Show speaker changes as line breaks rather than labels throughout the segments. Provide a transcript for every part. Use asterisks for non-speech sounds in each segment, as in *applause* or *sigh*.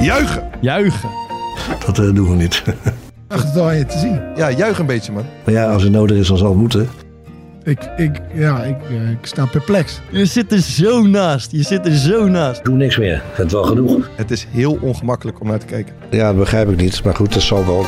Juichen!
Juichen.
Dat eh, doen we niet. *laughs*
dacht het al aan je te zien.
Ja, juich een beetje, man.
Maar ja, als het nodig is, dan zal het moeten.
Ik, ik, ja, ik, eh, ik sta perplex.
Je zit er zo naast. Je zit er zo naast.
Doe niks meer. Het is wel genoeg.
Het is heel ongemakkelijk om naar te kijken.
Ja, dat begrijp ik niet. Maar goed, dat zal wel.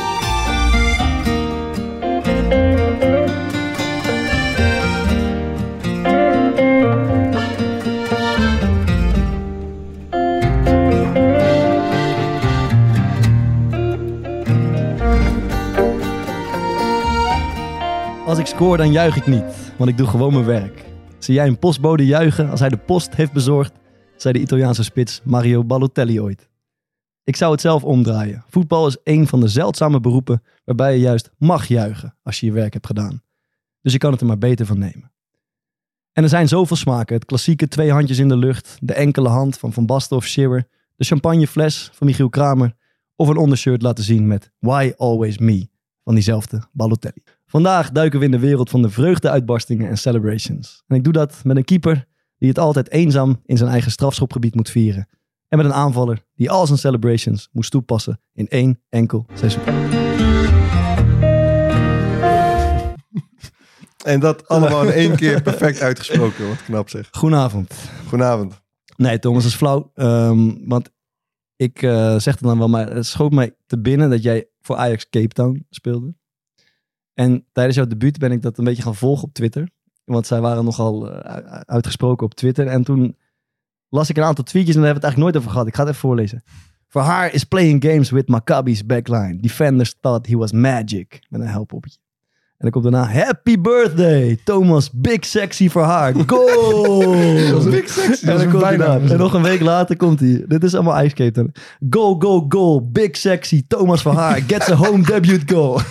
Als ik scoor, dan juich ik niet. Want ik doe gewoon mijn werk. Zie jij een postbode juichen als hij de post heeft bezorgd? Zei de Italiaanse spits Mario Balotelli ooit. Ik zou het zelf omdraaien. Voetbal is een van de zeldzame beroepen waarbij je juist mag juichen als je je werk hebt gedaan. Dus je kan het er maar beter van nemen. En er zijn zoveel smaken. Het klassieke twee handjes in de lucht, de enkele hand van Van Basten of Shearer, de champagnefles van Michiel Kramer of een ondershirt laten zien met Why Always Me van diezelfde Balotelli. Vandaag duiken we in de wereld van de vreugdeuitbarstingen en celebrations. En ik doe dat met een keeper die het altijd eenzaam in zijn eigen strafschopgebied moet vieren. En met een aanvaller die al zijn celebrations moest toepassen in één enkel seizoen.
En
*laughs*
dat allemaal in één keer perfect uitgesproken. Wat knap zeg.
Goedenavond.
Goedenavond.
Nee, Thomas, dat is flauw. Ehm, want ik eh, zeg het dan wel, maar het schoot mij te binnen dat jij voor Ajax Cape Town speelde. En tijdens jouw debuut ben ik dat een beetje gaan volgen op Twitter. Want zij waren nogal eh, u- u- uitgesproken op Twitter. En toen las ik een aantal tweetjes en daar hebben we het eigenlijk nooit over gehad. Ik ga het even voorlezen. For haar is playing games with Maccabi's backline. Defenders thought he was magic. Met een helpoppetje. En dan komt daarna, happy birthday, Thomas, big sexy voor haar. Goal!
Big sexy.
En,
Dat is
dan
een
komt hij
bijnaam.
daar. En nog een week later komt hij. Dit is allemaal ijskaten. Go, go, go. Big sexy. Thomas van Haar. Gets a home debut goal. *laughs*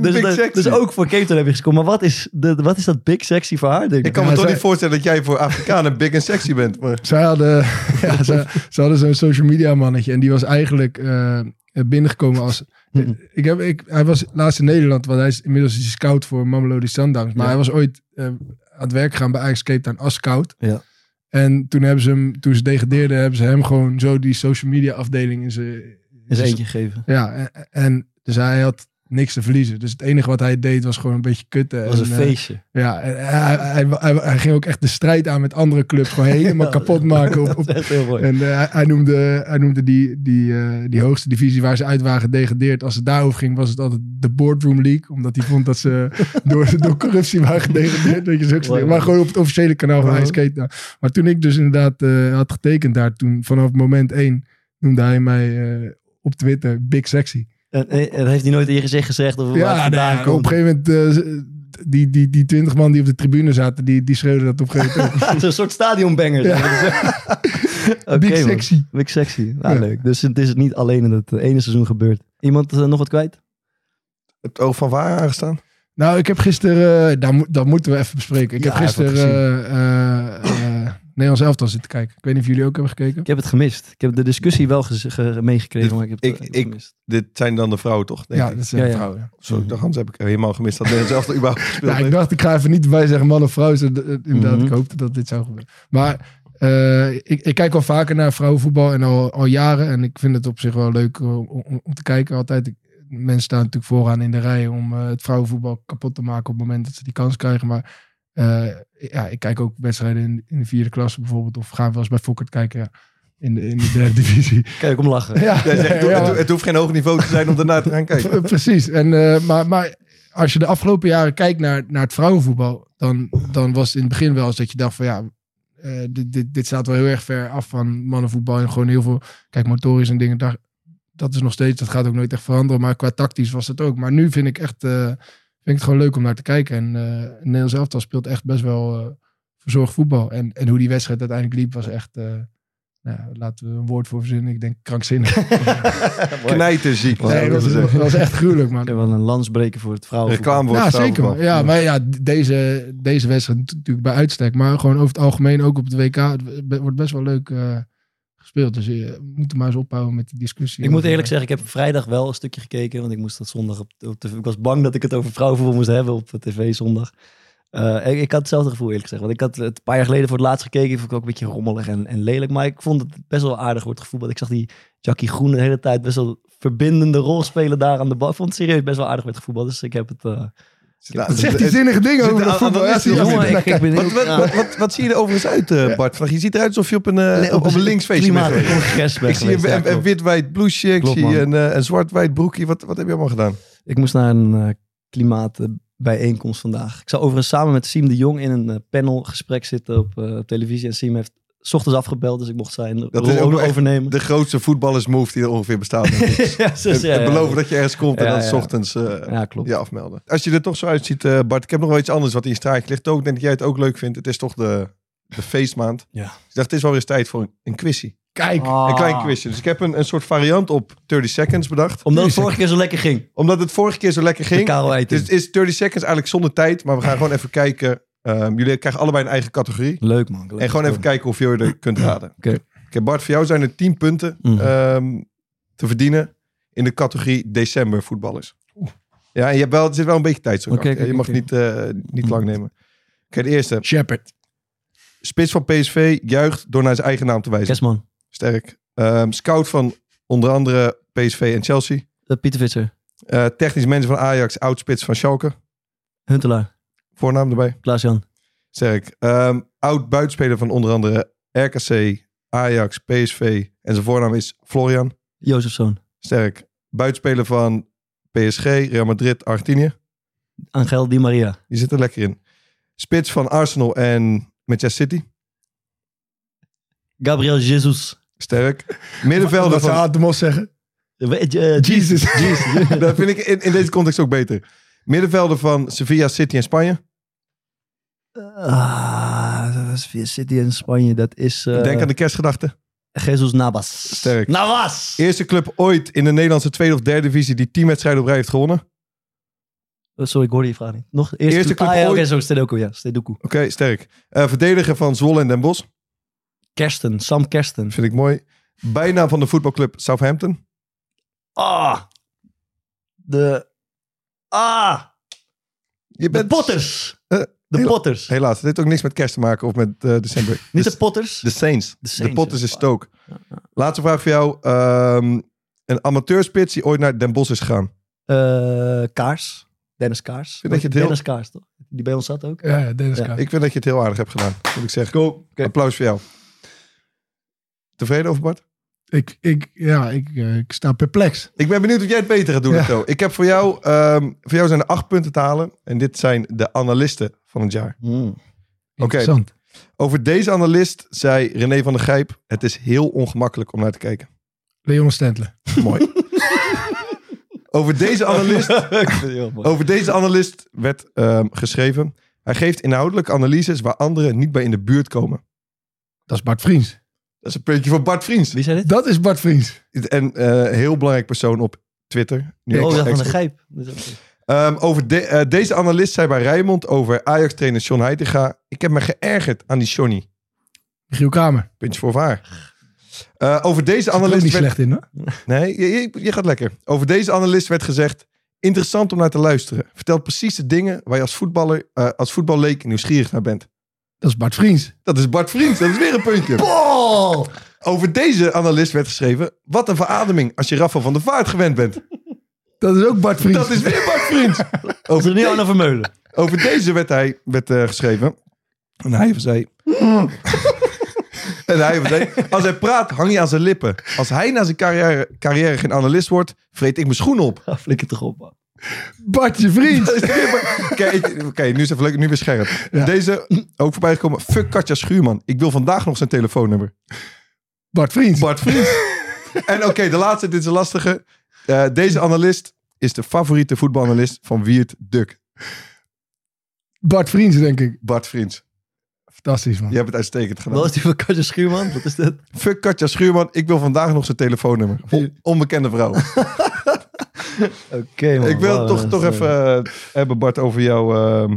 dus,
Big
dat-
sexy.
dus ook voor Cape Town heb je gescoord. Maar wat is, de, wat is dat big sexy voor haar? Denk
Ik kan me
Ja,
toch
zij-
niet voorstellen dat jij voor Afrikanen big en sexy bent. Maar
Zij hadden, *laughs* ja, ze, ze hadden zo'n social media mannetje. En die was eigenlijk eh, binnengekomen als...
Mhm.
Ik heb, ik, hij was laatst in Nederland, want hij is inmiddels is hij scout voor Mamelodi Sundowns. Maar
Ja.
hij was ooit eh, aan het werk gegaan bij Ajax Cape Town als scout.
Ja.
En toen hebben ze hem, toen ze degradeerden, hebben ze hem gewoon zo die social media afdeling in zijn...
Eens eentje geven.
Ja, en, en dus hij had niks te verliezen. Dus het enige wat hij deed was gewoon een beetje kutten.
Dat was een
en, eh,
feestje. *laughs*
Ja, en hij, hij, hij, hij ging ook echt de strijd aan met andere clubs. Gewoon helemaal
Ja,
kapot maken. Op,
Dat
op-
is echt heel mooi.
En eh, hij- hij noemde, hij noemde die, die, eh, die hoogste divisie waar ze uit waren gedegradeerd. Als het daarover ging, was het altijd de Boardroom League. Omdat hij vond dat ze door, door corruptie waren gedegradeerd. Weet je, zulke soort dingen. maar gewoon op het officiële kanaal van
Ja.
Ice Skate. Nou, Maar toen ik dus inderdaad eh, had getekend daar, toen vanaf moment één noemde hij mij eh, op Twitter Big Sexy.
En, en, en heeft hij nooit in je gezicht gezegd of waar het
Ja,
vandaan
nou,
komt. *laughs*
op een gegeven moment, eh, z- die, die, die 20 man die op de tribune zaten, die, die schreeuwden dat op een gegeven
*laughs*
moment.
Zo'n soort stadionbanger.
*laughs*
Oké,
Big
man.
sexy.
Big sexy. Nou,
Ja.
leuk. Dus het is niet alleen in het ene seizoen gebeurd. Iemand eh, nog wat kwijt?
het oog van waar aangestaan?
Nou, ik heb gisteren, eh, daar moet- dat moeten we even bespreken. Ik
Ja,
heb gisteren
even
eh, eh, eh, Nederlands elftal zitten kijken. Ik weet niet of jullie ook hebben gekeken.
Ik heb het gemist. Ik heb de discussie wel gez- ge- meegekregen, maar ik heb het
Ik-
eh,
ik-
gemist.
Dit zijn dan de vrouwen, toch? Denk
Ja,
ik.
dat zijn
Ja, ja.
vrouwen. Ja.
Sorry, ik dacht, anders heb ik helemaal gemist dat Nederland zelf er *laughs* überhaupt gespeeld
Ja, ik
heeft.
dacht, ik ga even niet bij zeggen man of vrouw. Zo, eh, Inderdaad,
Mhm.
ik hoopte dat dit zou gebeuren. Maar eh, ik, ik kijk al vaker naar vrouwenvoetbal en al, al jaren. En ik vind het op zich wel leuk eh, om, om, om te kijken altijd. Ik- mensen staan natuurlijk vooraan in de rij om eh, het vrouwenvoetbal kapot te maken op het moment dat ze die kans krijgen. Maar eh, ja, ik kijk ook wedstrijden in, in de vierde klasse bijvoorbeeld. Of gaan wel eens bij Fokkert kijken ja, in, de, in de derde *laughs* divisie.
Kijk, om
*laughs*
lachen.
Ja,
Jij zegt, het,
ja,
het- het hoeft geen hoog niveau te zijn om daarna te gaan
*laughs*
kijken.
Pre- Precies. En, eh, maar, maar als je de afgelopen jaren kijkt naar, naar het vrouwenvoetbal, dan, dan was het in het begin wel eens dat je dacht van ja, eh, dit, dit, dit staat wel heel erg ver af van mannenvoetbal. En gewoon heel veel, kijk, motorisch en dingen, daar, dat is nog steeds, dat gaat ook nooit echt veranderen. Maar qua tactisch was dat ook. Maar nu vind ik echt, eh, vind ik het gewoon leuk om naar te kijken. En eh het Nederlands elftal speelt echt best wel eh verzorgd voetbal. En, en hoe die wedstrijd uiteindelijk liep was echt... eh, Nou, laten we een woord voor verzinnen. Ik denk
*laughs*
krankzinnig.
Knijterziek.
Nee,
zou ik
dat, was, *laughs*
willen zeggen.
dat was echt gruwelijk, man.
Ja, wel een lansbreken voor het vrouwenvoetbal.
Reclame voor
Ja,
het
zeker.
vrouwenvoetbal.
man. Ja, maar ja, d- deze, deze wedstrijd nat- natuurlijk bij uitstek. Maar gewoon over het algemeen, ook op het WK, het be- wordt best wel leuk eh, gespeeld. Dus je moet er maar eens ophouden met die
Ik
discussie.
moet
over- eh,
eerlijk zeggen, ik heb vrijdag wel een stukje gekeken. Want ik moest dat zondag op, op tv. Ik was bang dat ik het over vrouwenvoetbal moest hebben op de tv zondag. Eh, ik, ik had hetzelfde gevoel eerlijk gezegd. Want ik had het een paar jaar geleden voor het laatst gekeken. Ik vond ik ook een beetje rommelig en, en lelijk. Maar ik vond het best wel aardig wordt gevoetbald. Ik zag die Jackie Groen de hele tijd best wel een verbindende rol spelen daar aan de bal. Ik vond het serieus best wel aardig werd gevoetbald. Dus ik heb het... eh,
Ja,
Zeg
Nou, het-
die zinnige dingen
zit
over
aan-
dat
aan
voetbal.
de
Ja,
rest
zie je
heel
wel.
jongen, ik, ik ben
Wat, wat,
heel-
wat, wat, wat zie je er overigens uit, eh, Bart? Vraag, Je ziet eruit alsof je op een, eh, op, op een linksfeestje bent geweest.
Klimaatcongres
*laughs* Ik zie
geweest,
een,
ja,
een,
klopt.
een wit-wijd blouseje, ik
Klopt,
zie
man.
een, eh, een zwart-wijd broekje. Wat, wat heb je allemaal gedaan?
Ik moest naar een eh, klimaatbijeenkomst vandaag. Ik zou overigens samen met Siem de Jong in een eh, panelgesprek zitten op eh, televisie. En Siem heeft 's ochtends afgebeld, dus ik mocht zijn rol
is ook
ook
wel echt *laughs*
overnemen.
De grootste voetballersmove die er ongeveer
*laughs*
bestaat.
ja, zus,
Het
ja, Dus, ja.
beloven dat je ergens komt en
Ja,
dan s
ja.
ochtends eh,
Ja, klopt.
je afmelden. Als je er toch zo uitziet, eh, Bart, ik heb nog wel iets anders wat in je straatje ligt. Ook denk dat jij het ook leuk vindt. Het is toch de, de feestmaand.
Ja.
Dus ik dacht, het is wel weer eens tijd voor een, een quizje.
Kijk,
Ah.
Een klein quizje. Dus ik heb een, een soort variant op 30 seconds bedacht.
Omdat het vorige keer zo lekker ging.
Omdat het vorige keer zo lekker
De
ging.
Karel Eiting.
Dus het is 30 seconds eigenlijk zonder tijd. Maar we gaan gewoon even kijken. Ehm, jullie krijgen allebei een eigen categorie.
Leuk man.
En gewoon even kijken hoeveel je er kunt raden.
Oké.
Oké, Bart, voor jou zijn er 10 punten
Mhm.
ehm, te verdienen in de categorie december voetballers. Ja, en je hebt wel, er zit wel een beetje tijd zo.
Oké, oké,
je mag
oké. Mhm.
niet, eh, niet lang nemen. Oké, de eerste.
Shepard.
Spits van PSV juicht door naar zijn eigen naam te wijzen.
Kerstman.
Sterk. Ehm, scout van onder andere PSV en Chelsea.
Eh, Pieter Visser.
Eh, technisch manager van Ajax, oud-spits van Schalke.
Huntelaar.
Voornaam erbij.
Klaas-Jan.
Sterk. Ehm, oud buitenspeler van onder andere RKC, Ajax, PSV. En zijn voornaam is Florian.
Jozefzoon.
Sterk. Buitenspeler van PSG, Real Madrid, Argentinië.
Angel Di Maria.
Je zit er lekker in. Spits van Arsenal en Manchester City.
Gabriel Jesus.
Sterk. Middenvelder
*laughs*
Dat zou
van...
Aad de Mos zeggen.
Eh, we- eh, eh,
Jesus.
*laughs* Dat vind ik in, in deze context ook beter. Middenvelder van Sevilla, City en Spanje.
Ah, dat is via City in Spanje. Dat is eh,
Denk aan de kerstgedachte.
Jesus Navas.
Sterk.
Navas!
Eerste club ooit in de Nederlandse tweede of derde divisie die tien wedstrijden op rij heeft gewonnen.
Oh, Sorry, ik hoorde je vraag niet. Nog eerst
Eerste club
ah, ja,
ooit-
oké, zo, Stedoku, ja. Stedoku.
Oké, sterk. Eh, verdediger van Zwolle en Den Bosch.
Kersten, Sam Kersten.
Vind ik mooi. Bijnaam van de voetbalclub Southampton.
Ah! De... Ah!
Je
De Potters!
Eh,
de
heel-
Potters.
Helaas, het heeft ook niks met kerst te maken of met eh, december.
niet
de,
de Potters.
de Saints. De,
Saints,
Potters
ja.
is Stoke. Laatste vraag voor jou. Ehm, een amateurspits die ooit naar Den Bosch is gegaan.
Eh, Kaars. Dennis Kaars.
Vind dat je het heel-
Dennis Kaars, toch? Die bij ons zat ook.
Ja, ja, Dennis
Ja.
K.
Ik vind dat je het heel aardig hebt gedaan, moet ik zeggen. Applaus voor jou. Tevreden over Bart?
Ik, ik, ja, ik, eh, ik sta perplex.
Ik ben benieuwd of jij het beter gaat doen.
Ja.
Otto. Ik heb voor jou, ehm, voor jou zijn er acht punten te halen. En dit zijn de analisten van het jaar.
Hmm.
Interessant.
Over deze analist zei René van der Gijp: Het is heel ongemakkelijk om naar te kijken.
Leon Stentler.
Mooi. over, deze analist,
Ik vind het heel mooi.
over deze analist werd ehm, geschreven: Hij geeft inhoudelijk analyses waar anderen niet bij in de buurt komen.
Dat is Bart Vriends.
Dat is een puntje voor Bart Vriends.
Wie zei dit?
Dat is Bart Vriends.
En eh, heel belangrijk persoon op Twitter. Nu
oh,
ex-
ja, van de
ex-
Gijp. Dat is ook-
Ehm, over de- eh, deze analist zei bij Rijmond over Ajax-trainer John Heitinga: Ik heb me geërgerd aan die Johnny.
Giel Kamer.
Puntje voor of haar. Eh, over deze
Analyse
analist
niet
werd,
slecht in, hoor.
Nee, je, je- je gaat lekker. Over deze analist werd gezegd: interessant om naar te luisteren. Vertelt precies de dingen waar je als voetballer, eh als voetballeek nieuwsgierig naar bent.
Dat is Bart Vriends.
Dat is Bart Vriends, dat is weer een puntje.
Oh!
Over deze analist werd geschreven: wat een verademing als je Rafa van der Vaart gewend bent.
Dat is ook Bart Vriends.
Dat is weer Bart Vriends.
Dat is
Over,
nu
de-
Anna
*laughs*
Vermeulen.
over deze werd hij werd, eh, geschreven. En hij of zij. en hij of zij. Als hij praat, hang je aan zijn lippen. Als hij na zijn carrière, carrière geen analist wordt, vreet ik mijn schoenen op.
Ah, Flikker toch op, man.
Bart je vriend.
*laughs* Kijk, ik- Oké, nu is even leuk, nu weer scherp.
Ja.
Deze, ook voorbij gekomen. Fuck Katja Schuurman. Ik wil vandaag nog zijn telefoonnummer.
Bart Vriends.
Bart Vriends. *laughs* en oké, de laatste, dit is een lastige. Eh, deze analist is de favoriete voetbalanalist van Wiert Duk.
Bart Vriends, denk ik.
Bart Vriends.
Fantastisch, man.
Je hebt het uitstekend gedaan.
Wat is die van Katja Schuurman? Wat is dit?
Fuck Katja Schuurman, ik wil vandaag nog zijn telefoonnummer. On- onbekende vrouw.
Oké, man.
ik wil
Wow,
toch,
dat
toch
is,
even
eh,
eh, hebben, Bart, over, jou, ehm,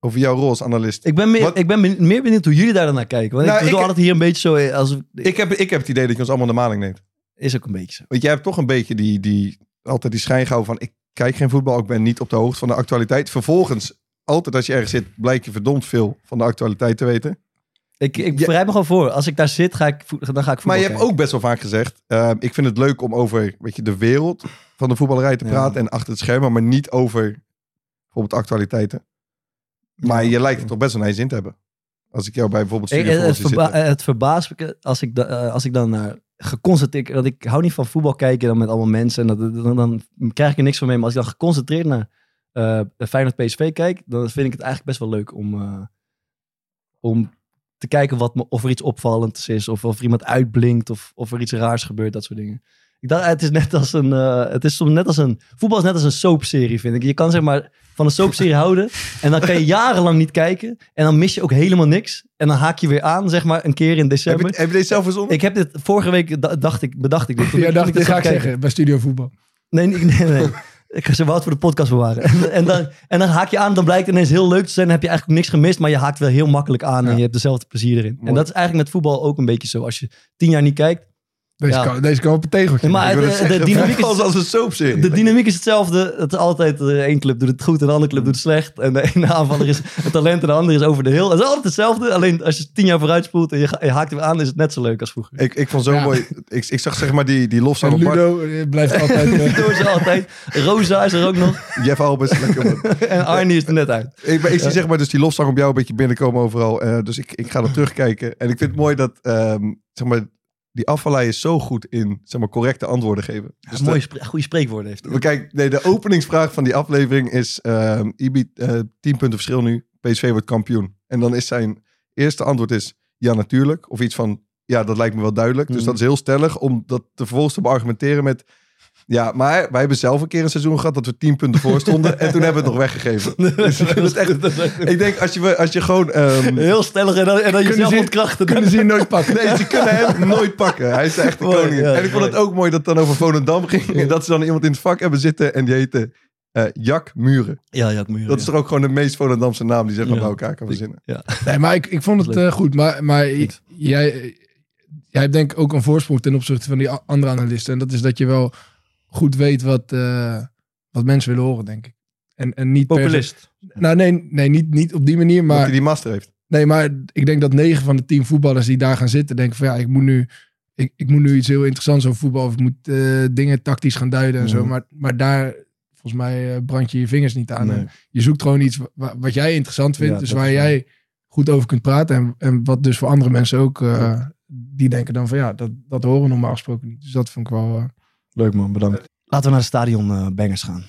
over jouw rol als analist.
Ik ben, meer,
Wat-
ik ben ben- meer benieuwd hoe jullie daar naar kijken. Want
Nou,
ik doe
ik-
altijd hier een beetje zo... eh, Als,
Ik heb, ik heb het idee dat je ons allemaal de maling neemt.
is ook een beetje zo.
Want jij hebt toch een beetje die, die, altijd die schijngouw van... ik kijk geen voetbal, ik ben niet op de hoogte van de actualiteit. Vervolgens, altijd als je ergens zit, blijkt je verdomd veel van de actualiteit te weten.
Ik, ik
Ja.
bereid me gewoon voor. Als ik daar zit, ga ik, vo- dan ga ik voetbal
Maar je hebt ook best wel vaak gezegd... ehm, ik vind het leuk om over weet je, de wereld van de voetballerij te
Ja.
praten... en achter het scherm, maar niet over bijvoorbeeld actualiteiten. Maar je lijkt het toch best wel naar je zin te hebben. Als ik jou bij bijvoorbeeld
Ik-
Studio
het,
Voetbal
het,
zie
eh, verba-
zitten.
het verbaast me als ik, da- eh, als ik dan naar geconcentreerd... Want ik hou niet van voetbal kijken dan met allemaal mensen. En dat, dan, dan krijg ik er niks van mee. Maar als ik dan geconcentreerd naar eh Feyenoord PSV kijk... dan vind ik het eigenlijk best wel leuk om, eh, om te kijken wat me, of er iets opvallends is. Of of er iemand uitblinkt. Of, of er iets raars gebeurt. Dat soort dingen. Ik dacht, het is net als een... eh, het is soms net als een... Voetbal is net als een soapserie, vind ik. Je kan zeg maar van een
*laughs*
soapserie houden... En dan kan je jarenlang niet kijken. En dan mis je ook helemaal niks. En dan haak je weer aan, zeg maar, een keer in
Heb
december.
je, heb je deze zelf verzonnen?
eh, Ik heb dit vorige week, da- dacht ik, bedacht
*laughs*
ik dit. Toen
ja, dacht ik,
dit
dat ga ik
zat kijken.
zeggen. Bij Studio Voetbal.
Nee, nee, *laughs* nee. nee. ik ga ze wel voor de podcast bewaren. *laughs* En, en, dan, en dan haak je aan, dan blijkt het ineens heel leuk te zijn. Dan heb je eigenlijk niks gemist, maar je haakt wel heel makkelijk aan. En
Ja.
je hebt dezelfde plezier erin.
Mooi.
En dat is eigenlijk met voetbal ook een beetje zo. Als je tien jaar niet kijkt.
Deze,
Ja.
kan, deze kan op een tegeltje.
Nee, maar
Ik wil
het-
het
de, eh, de
zeggen,
dynamiek
voetbal
is...
als een soapserie.
De dynamiek is hetzelfde. Het is altijd eh, één club doet het goed en de andere club doet het slecht. En de *laughs* ene aanvaller is het talent en de andere is over de heel. Het is altijd hetzelfde. Alleen als je tien jaar vooruit spoelt en je, ga- je haakt hem aan, is het net zo leuk als vroeger. *laughs*
Ik, ik vond zo
Ja.
mooi. Ik, ik zag zeg maar die, die lofzang
En
op Bart.
Ludo eh, blijft altijd...
*laughs*
eh,
Door ze altijd. Rosa is er ook nog.
Jeff Albers. lekker man.
En Arnie is er net uit.
ik, ben- ik zie zeg maar dus die lofzang op jou een beetje binnenkomen overal. Eh, dus ik, ik ga dat terugkijken. En ik vind het mooi dat ehm, zeg maar, die afvallei is zo goed in zeg maar, correcte antwoorden geven. Dus de-
Mooi, spre- goede spreekwoorden heeft
*laughs*
hij.
we kijken, nee, de openingsvraag van die aflevering is... ehm IB, eh 10 punten verschil nu. PSV wordt kampioen. En dan is zijn eerste antwoord is... Ja, natuurlijk. Of iets van... Ja, dat lijkt me wel duidelijk. Dus
Mhm.
dat is heel stellig om dat te vervolgens te beargumenteren met... Ja, maar wij hebben zelf een keer een seizoen gehad dat we 10 punten voor stonden. en
*laughs*
toen hebben we het nog weggegeven. Dus ik vind het echt- ik denk, als je, als je gewoon...
*laughs*
ehm,
Heel stellig en dan, en dan jezelf
ze-
ontkrachten.
kunnen ze je *laughs* nooit pakken.
Nee, ze kunnen hem nooit pakken. Hij is de echte
Mooi,
koning.
ja,
en ik vond het
mooi.
ook mooi dat het dan over Volendam ging. En dat ze dan iemand in het vak hebben zitten en die heette eh Jack Muren.
Ja, ja, ik moet
Dat is toch ook gewoon de meest Volendamse naam die ze maar
Ja.
bij elkaar kan verzinnen.
Nee, maar ik, ik vond het eh, goed. Maar, maar j-
Goed.
jij, jij hebt denk ik ook een voorsprong ten opzichte van die a- andere analisten. En dat is dat je wel goed weet wat, eh, wat mensen willen horen, denk ik. En, en niet per se-
Populist.
nou, nee, nee niet, niet op die manier.
Dat
Maar
hij die master heeft.
Nee, maar ik denk dat negen van de tien voetballers die daar gaan zitten, denken van ja, ik moet nu, ik, ik moet nu iets heel interessants over voetbal. Of ik moet eh, dingen tactisch gaan duiden en zo.
Mhm.
Maar, maar daar, volgens mij, eh, brand je je vingers niet aan.
Nee.
En Je zoekt gewoon iets wa- wa- wat jij interessant vindt.
Ja,
dus
dat
waar
is
jij goed over kunt praten. En, en wat dus voor andere mensen ook, eh, die denken dan van ja, dat, dat horen we normaal gesproken niet. Dus dat vond ik wel. eh,
Leuk man, bedankt. Laten we naar de stadion eh, bangers gaan.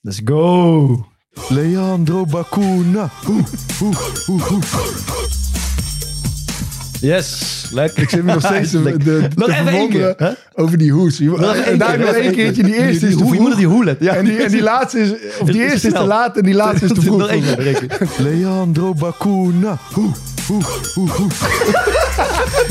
Let's go!
Leandro Bacuna.
Yes,
ik
*laughs*
lekker.
zit me nog steeds te, de,
Lekker.
te
Nog even één
verwonderen
keer. hè?
over die hoes. Je-
Nog even één
en daar
keer,
nog
nog
één
even één
keertje. Die
Die-
eerste
die
is te
hoe- Je moet
vroeg.
op die hoe letten. Ja.
En, die,
*laughs*
en die laatste is, of
Het
die
is
eerste is te
snel.
laat en die laatste is te
*laughs*
vroeg.
Nog één keer, Ricky.
Leandro Bacuna.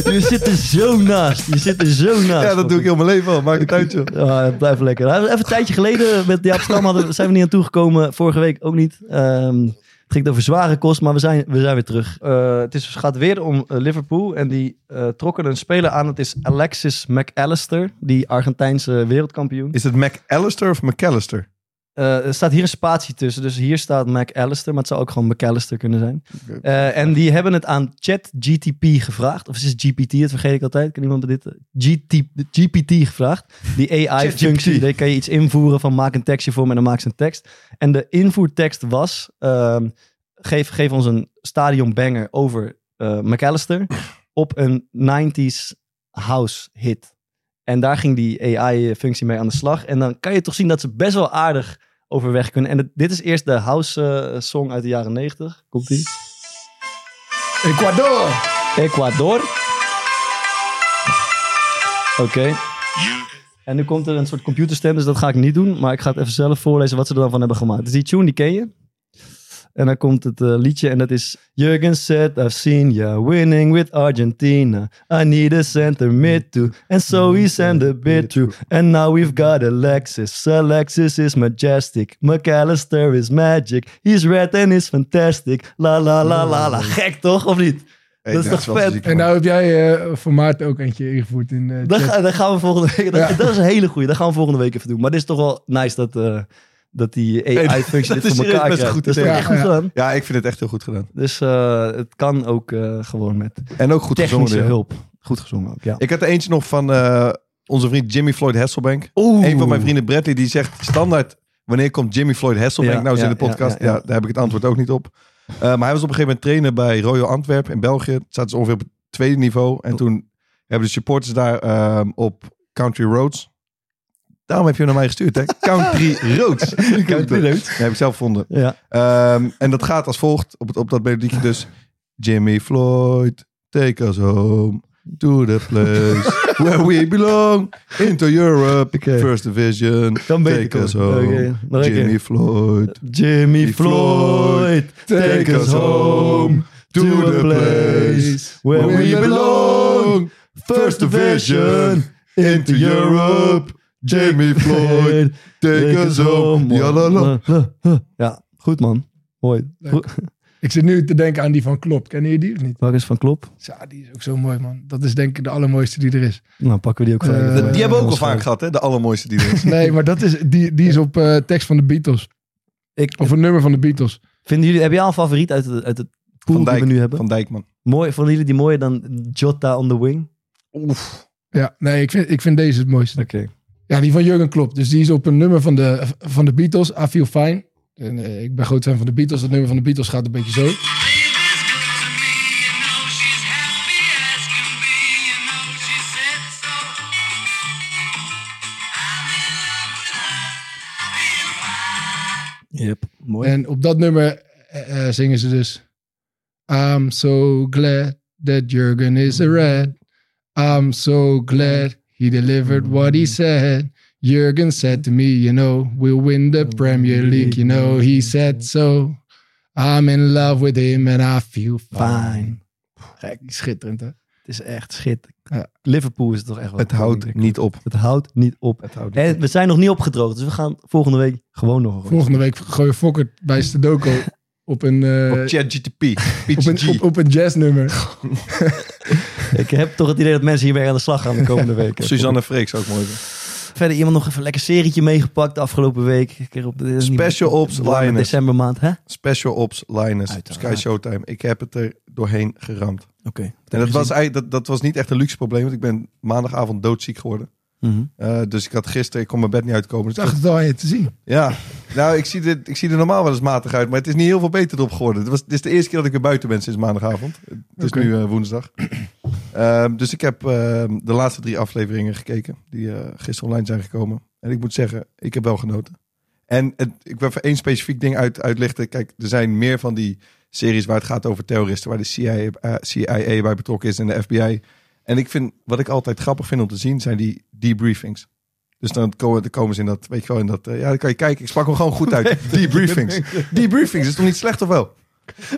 Je zit er zo naast. Je zit er zo naast.
Ja, dat doe ik heel mijn leven al. Maak het uit, joh.
Ja, het blijft lekker. Nou, Even een tijdje geleden met Jaap Stam hadden, zijn we niet aan toegekomen. Vorige week ook niet. Ehm, het ging over zware kost, maar we zijn, we zijn weer terug. Eh, het is, gaat weer om eh, Liverpool. En die eh, trokken een speler aan. Het is Alexis McAllister, die Argentijnse wereldkampioen.
*laughs* Is het McAllister of McAllister?
Eh, er staat hier een spatie tussen. Dus hier staat McAllister, maar het zou ook gewoon McAllister kunnen zijn.
Oké.
Eh, en die hebben het aan ChatGTP gevraagd. Of is het GPT? Dat vergeet ik altijd. Kan iemand dit... eh, GT, GPT gevraagd. Die AI-functie. Daar kan je iets invoeren van maak een tekstje voor me en dan maak ze een tekst. En de invoertekst was... ehm, geef, geef ons een stadionbanger over eh McAllister op een 90s house hit. En daar ging die AI-functie mee aan de slag. En dan kan je toch zien dat ze best wel aardig overweg kunnen. En het- dit is eerst de house-song uit de jaren 90. Komt-ie.
Ecuador!
Ecuador. Oké. En nu komt er een soort computerstem, dus dat ga ik niet doen. Maar ik ga het even zelf voorlezen wat ze er dan van hebben gemaakt. Dus die tune, die ken je. En dan komt het eh, liedje en dat is... Jurgen said, I've seen you winning with Argentina. I need a center mid too. And so he sent a bit through. And now we've got Alexis. Alexis is majestic. McAllister is magic. He's red and is fantastic. La la la la la. Gek toch, of niet?
Hey,
Dat is toch
wel
vet?
ziek,
En
man.
nou heb jij eh, voor Maarten ook eentje ingevoerd in eh
Dat,
chat.
ga- dat gaan we volgende week. Dat,
Ja.
dat is een hele goeie. Dat gaan we volgende week even doen. Maar dit is toch wel nice dat, eh, dat die
dat-
AI-functie
dat
dit
is
voor
serieus
elkaar
best
krijgt.
een goed
dat is toch
idee.
echt
Ja,
goed
ja.
gedaan.
Ja, ik vind het echt heel goed gedaan.
Dus eh, het kan ook eh, gewoon met
En ook goed gezongen.
technische
weer.
hulp. Goed gezongen ook, ja.
Ik had er eentje nog van eh, onze vriend Jimmy Floyd Hasselbank.
Oeh.
Een van mijn vrienden, Bradley, die zegt standaard... Wanneer komt Jimmy Floyd Hasselbank
Ja,
nou eens
ja,
in de
ja,
podcast?
ja,
Ja,
ja.
daar heb ik het antwoord ook niet op. Eh, maar hij was op een gegeven moment trainer bij Royal Antwerp in België. Zaten ze ongeveer op het tweede niveau. En toen hebben de supporters daar ehm, op Country Roads... Daarom heb je hem naar mij gestuurd,
*laughs*
hè? Country Roads.
Country Roads.
Nee, heb ik zelf gevonden.
Ja.
Ehm, en dat gaat als volgt, op, het- op dat melodietje dus. Jimmy Floyd, take us home to the
*laughs*
place where we belong. Into Europe,
Oké.
First Division,
Dan weet ik
take us
het.
home.
Oké, nog een
Jimmy
keer.
Floyd,
Jimmy Floyd, take us home to a place where we belong. First division into Europe.
Jimmy Floyd,
*laughs*
take us home. Ja, la, la.
Ja, goed man. Mooi.
Leuk.
Goed.
Ik zit nu te denken aan die van Klopp. Kennen jullie die of niet?
Waar is van Klop?
Ja, die is ook zo mooi, man. Dat is denk ik de allermooiste die er is.
Nou, pakken we die ook gelijk.
Eh,
even,
Die
eh,
hebben we ook al
ons
vaak
gelijk.
gehad, hè? De allermooiste die er
*laughs*
is.
Nee, maar dat is, die, die is op eh, tekst van de Beatles.
Ik,
Of een nummer van de Beatles.
vinden jullie, heb jij al een favoriet uit het, uit het pool
Van
die
Dijk.
we nu hebben?
Van Dijkman.
Mooi, vonden jullie die mooier dan Jota on the wing?
Oef.
Ja, nee, ik vind, ik vind deze het mooiste.
Oké.
Ja, die van Jurgen Klopp. Dus die is op een nummer van de, van de Beatles, I Feel Fine. En, eh, ik ben groot fan van de Beatles. Dat nummer van de Beatles gaat een beetje zo.
Yep. Mooi.
En op dat nummer eh, eh, zingen ze dus... I'm so glad that Jurgen is a red. I'm so glad he delivered what he said. Jurgen said to me, you know, we'll win the Premier League. You know, he said so. I'm in love with him and I feel fine.
Fijn.
Gek, schitterend hè?
Het is echt schit.
Ja.
Liverpool is toch echt wel
Het
goed,
houdt
denk ik.
niet op.
Het houdt niet op.
Het houdt niet
En we zijn nog niet opgedroogd, dus we gaan volgende week gewoon nog een rondje.
Volgende week gooien Fokker bij Sudoku
*laughs*
op een, eh,
op. Op ChatGTP.
*laughs*
op een, op,
PGG.
op een jazznummer.
Ik heb toch het idee dat mensen hiermee aan de slag gaan de komende weken.
*laughs* Suzanne Freeks ook mooi.
Verder iemand nog even een lekker serietje meegepakt de afgelopen week. Een keer op de,
Special Ops Lioness.
Decembermaand, hè? Oké.
Special Ops Linus,
Uiteraard.
Sky Showtime. Ik heb het er doorheen geramd. En
heb
dat
je
was, eigenlijk, dat, dat was niet echt een luxe probleem, want ik ben maandagavond doodziek geworden.
Mhm.
Eh, dus ik had gisteren, ik kon mijn bed niet uitkomen.
Ik
Dus
dacht het al aan je te zien.
ja, nou, ik zie, dit, ik zie er normaal wel eens matig uit, maar het is niet heel veel beter op geworden. Het, was, het is de eerste keer dat ik weer buiten ben sinds maandagavond. Het is
Oké.
nu eh, woensdag. Ehm, dus ik heb ehm, de laatste drie afleveringen gekeken, die eh, gisteren online zijn gekomen. En ik moet zeggen, ik heb wel genoten. En het, ik wil even één specifiek ding uit, uitlichten. Kijk, er zijn meer van die series waar het gaat over terroristen, waar de CIA, eh, CIA bij betrokken is en de FBI. En ik vind, wat ik altijd grappig vind om te zien, zijn die debriefings. Dus dan komen, dan komen ze in dat, weet je wel, in dat, eh, ja, dan kan je kijken. Ik sprak hem gewoon
*laughs*
goed uit. Debriefings. Debriefings, is toch niet slecht of wel?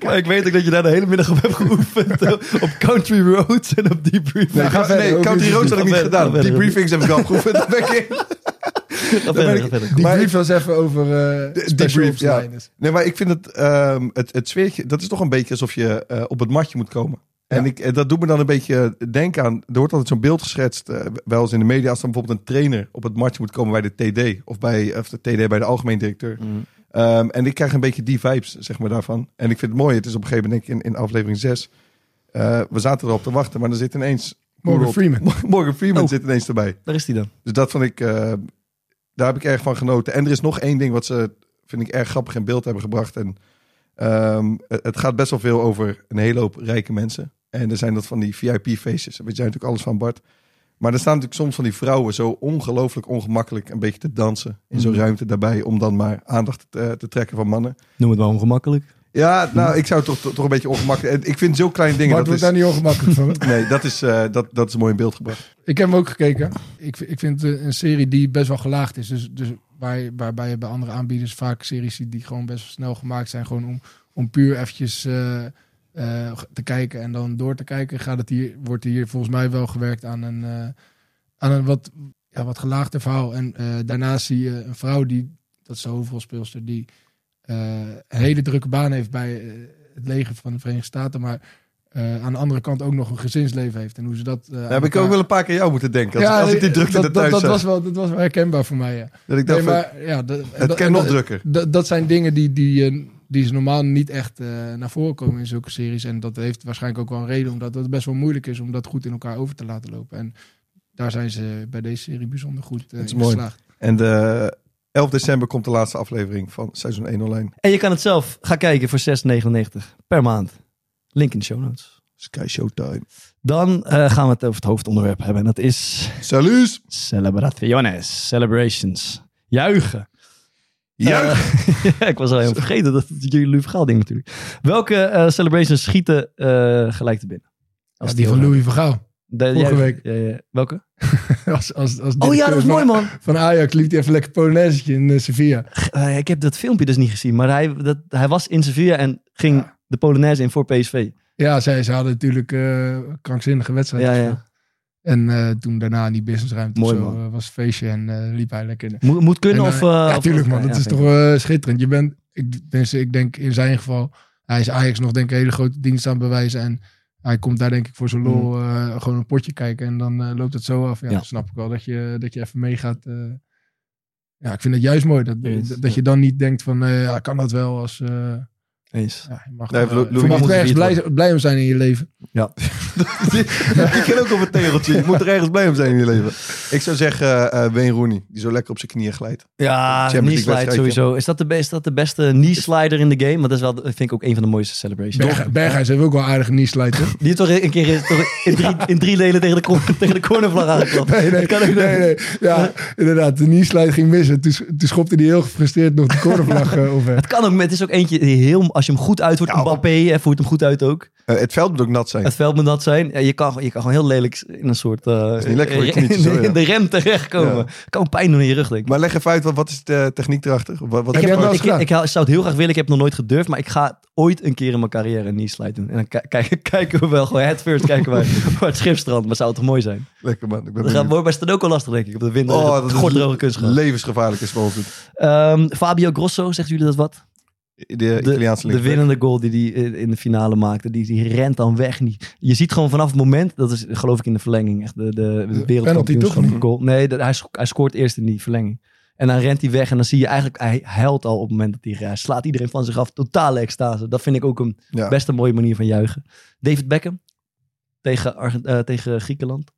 Maar ik weet ook dat je daar de hele middag op hebt geoefend. *laughs* eh, op Country Roads en op Deep Reef.
Nee,
ga
ga-
verder,
nee
ook
Country
niet
Roads had ik
goed. Ga
niet
verder,
gedaan.
ga verder.
Debriefings heb ik al geoefend. *laughs* Daar ben ik in.
Ga
ben
verder,
ik-
ga verder.
Die
Maar-
brief was even over eh
De-
special
debrief,
ops
ja.
liners.
Nee, maar ik vind het, ehm, het, het sfeertje, dat is toch een beetje alsof je eh, op het matje moet komen. En ik, eh, dat doet me dan een beetje denken aan, er wordt altijd zo'n beeld geschetst, eh, wel eens in de media, als dan bijvoorbeeld een trainer op het matje moet komen bij de TD of bij of de TD bij de algemeen directeur.
Mm.
Ehm, en ik krijg een beetje die vibes, zeg maar, daarvan. En ik vind het mooi, het is op een gegeven moment denk ik in, in aflevering 6, eh, we zaten erop te wachten, maar er zit ineens...
Morgan Freeman.
*laughs* Morgan Freeman
Oh.
zit ineens erbij.
Daar is die dan.
Dus dat vond ik, eh, daar heb ik erg van genoten. En er is nog één ding wat ze, vind ik, erg grappig in beeld hebben gebracht. En ehm, het het gaat best wel veel over een hele hoop rijke mensen. En er zijn dat van die VIP-feestjes. Daar weet jij natuurlijk alles van, Bart. Maar er staan natuurlijk soms van die vrouwen zo ongelooflijk ongemakkelijk een beetje te dansen in zo'n
Mhm.
ruimte daarbij. Om dan maar aandacht te, te trekken van mannen.
Noem het maar ongemakkelijk.
Ja, nou, ik zou het toch, toch een beetje ongemakkelijk. en Ik vind zulke kleine dingen.
Bart
Dat
wordt
is,
daar niet ongemakkelijk
*laughs*
van.
Nee, dat is, eh, dat, dat is mooi in beeld gebracht.
Ik heb hem ook gekeken. Ik, ik vind het een serie die best wel gelaagd is. Dus, dus waar, waarbij je bij andere aanbieders vaak series ziet die gewoon best wel snel gemaakt zijn. Gewoon om, Om puur eventjes eh, eh, te kijken en dan door te kijken, gaat het hier, wordt hier volgens mij wel gewerkt aan een, eh, aan een wat, ja, wat gelaagder verhaal. En eh, daarnaast zie je een vrouw die, dat is de hoofdrolspeelster, die eh, een hele drukke baan heeft bij eh, het leger van de Verenigde Staten, maar eh, aan de andere kant ook nog een gezinsleven heeft. En hoe ze dat. eh, aan
Daar heb ik
elkaar-
ook wel een paar keer jou moeten denken. Als, als ik die drukte
dat,
er thuis
dat, dat,
zag.
was wel, dat was wel herkenbaar voor mij. Ja.
dat
Nee,
ik dacht, van,
maar, ja, dat,
het
dat-
kan nog
dat-
drukker.
dat, dat zijn dingen die, die, eh, die ze normaal niet echt eh, naar voren komen in zulke series. En dat heeft waarschijnlijk ook wel een reden, omdat het best wel moeilijk is om dat goed in elkaar over te laten lopen. En daar zijn ze bij deze serie bijzonder goed eh
Dat is
in
mooi.
geslaagd.
En de 11 december komt de laatste aflevering van seizoen 1 online.
En je kan het zelf gaan kijken voor 6,99 per maand. Link in de show notes.
Sky Showtime.
Dan eh, gaan we het over het hoofdonderwerp hebben. En dat is
Saluus!
celebraciones, celebrations. Juichen.
Juichen! *laughs*
Eh, *laughs* ja, ik was al helemaal vergeten dat het jullie Louis Vergaal ding natuurlijk. Welke eh, celebrations schieten eh, gelijk te binnen?
Als die van Louis van Gaal. *laughs*
De-
vorige
jij-
week.
ja, ja. Welke?
als, als, als
Oh ja, dat was
van,
mooi man.
Van Ajax liep hij even lekker Polonaisetje in eh, Sevilla.
Eh, ik heb dat filmpje dus niet gezien, maar hij, dat, hij was in Sevilla en ging
Ja.
de Polonaise in voor PSV.
Ja, zij, ze hadden natuurlijk eh, krankzinnige wedstrijd.
Ja, ja.
gespeeld. En eh, toen daarna in die businessruimte of
Mooi,
zo,
man.
eh, was het feestje en eh, liep hij lekker in.
Moet, moet kunnen
En,
of...
eh,
eh,
ja,
of-
tuurlijk man.
ja,
Dat is
vind ik.
toch eh, schitterend. Je bent, ik, tenminste, ik denk in zijn geval, hij is Ajax nog denk ik een hele grote dienst aan het bewijzen. En hij komt daar denk ik voor zijn lol eh, gewoon een potje kijken. En dan eh, loopt het zo af. Ja,
Mm. Ja.
dan snap ik wel dat je, dat je even meegaat. eh. ja, ik vind het juist mooi. Dat,
Eens,
dat,
ja.
je dan niet denkt van, eh, ja, kan dat wel als... eh,
Eens.
ja, je mag,
Nee,
toch wel-
Lou- Louis
je mag
moet
toch ergens
gevierd
blij, blij om zijn in je leven.
ik ken ook op het tegeltje. Je moet er ergens blij om zijn in je leven. Ik zou zeggen eh eh, Wayne Rooney. Die zo lekker op zijn knieën glijdt.
Ja,
Champions League
knee slide
wedstrijdje.
sowieso. Is dat, de, be- is dat de beste knee slider in de game? Want dat is wel, vind ik ook een van de mooiste celebrations.
Berg, Berghuis heeft ook wel aardig een slijten.
Die heeft toch een keer in, toch in, drie, in drie leden tegen de, cor- *laughs* tegen de cornervlag aangeklapt.
*laughs* Nee,
Dat
nee,
kan ook niet.
nee, nee. Ja, inderdaad. De knee-slide ging missen. Toen, sch- toen schopte hij heel gefrustreerd nog de *laughs* cornervlag eh, omver.
Het kan ook, maar het is ook eentje die heel, als je hem goed uitvoert,
Ja,
Mbappé eh, voert hem goed uit ook.
Eh, het veld moet ook nat zijn.
Het veld moet dat zijn. Ja, je, kan, je kan gewoon heel lelijk in een soort... eh,
is niet lekker voor je
in,
knietjes, hoor, ja.
in de rem terechtkomen. Kan ook pijn doen in je rug, denk ik.
Maar leg even uit, wat, wat is de techniek erachter? Wat, wat
Ik,
Ik heb
heb,
hem wel
ik,
eens gedaan.
ik, ik zou het heel graag willen. Ik heb het nog nooit gedurfd. Maar ik ga ooit een keer in mijn carrière een knee slide doen. En dan ki- kijken- *laughs* kijken we *laughs* wel gewoon head first. Kijken wij waar het schip strandt. Maar zou het toch mooi zijn?
Lekker man, ik ben
Dat gaat,
benieuwd.
wordt bij Sudoku lastig, denk ik. Op de wind.
Oh,
Oh,
dat is
Gordroge kunst gehad.
Levensgevaarlijk is wel goed.
Ehm, Fabio Grosso, zegt jullie dat wat?
De,
de
Italiaanse linksback.
winnende goal die, die hij in de finale maakte. Die, die rent dan weg. En die- je ziet gewoon vanaf het moment, dat is geloof ik in de verlenging, echt de, de, de
toch niet?
wereldkampioenschap goal. Nee, dat- hij, sco- hij scoort eerst in die verlenging. En dan rent hij weg en dan zie je eigenlijk, hij huilt al op het moment dat hij raakt. Hij slaat iedereen van zich af. Totale extase. Dat vind ik ook een
Ja.
best een mooie manier van juichen. David Beckham tegen, Argent- eh, tegen Griekenland.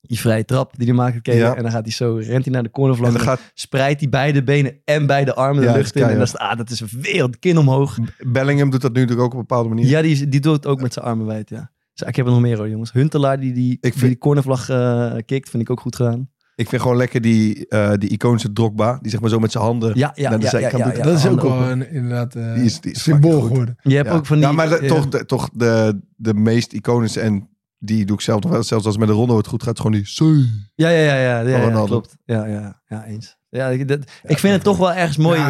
Die vrije trap die hij maakt, ken je?
Ja.
en dan gaat hij zo, rent hij naar de cornervlag.
En
en
dan gaat
spreidt hij beide benen en beide armen
Ja,
de
dat
lucht
is
in. En dan
keihard.
staat, ah, dat is een wereldkin omhoog.
Bellingham doet dat nu natuurlijk ook op een bepaalde manier.
Ja, die, is- die doet het ook met zijn armen wijd, ja. Dus ik heb er nog meer hoor, jongens. Huntelaar die die,
vind-
die die cornervlag eh, kikt, vind ik ook goed gedaan.
Ik vind gewoon lekker die, eh, die iconische Drogba. Die zeg maar zo met zijn handen.
Ja, ja,
naar de
ja,
zijkant
ja,
doet.
ja, ja.
dat is ook
handen
wel
open.
een, inderdaad eh,
Die is- die is
symbool
fucking goed.
geworden.
Je hebt
Ja.
ook van die...
Ja, maar de-
eh,
toch, de, toch de, de meest iconische en die doe ik zelf nog wel. Zelfs als het met de ronde het goed gaat, gewoon die... "Sei."
Ja, ja, ja, ja, ja, ja,
Ronaldo.
klopt. Ja, ja, ja, eens. Ja, ik, dat- ik vind het toch wel ergens mooi.
Ja,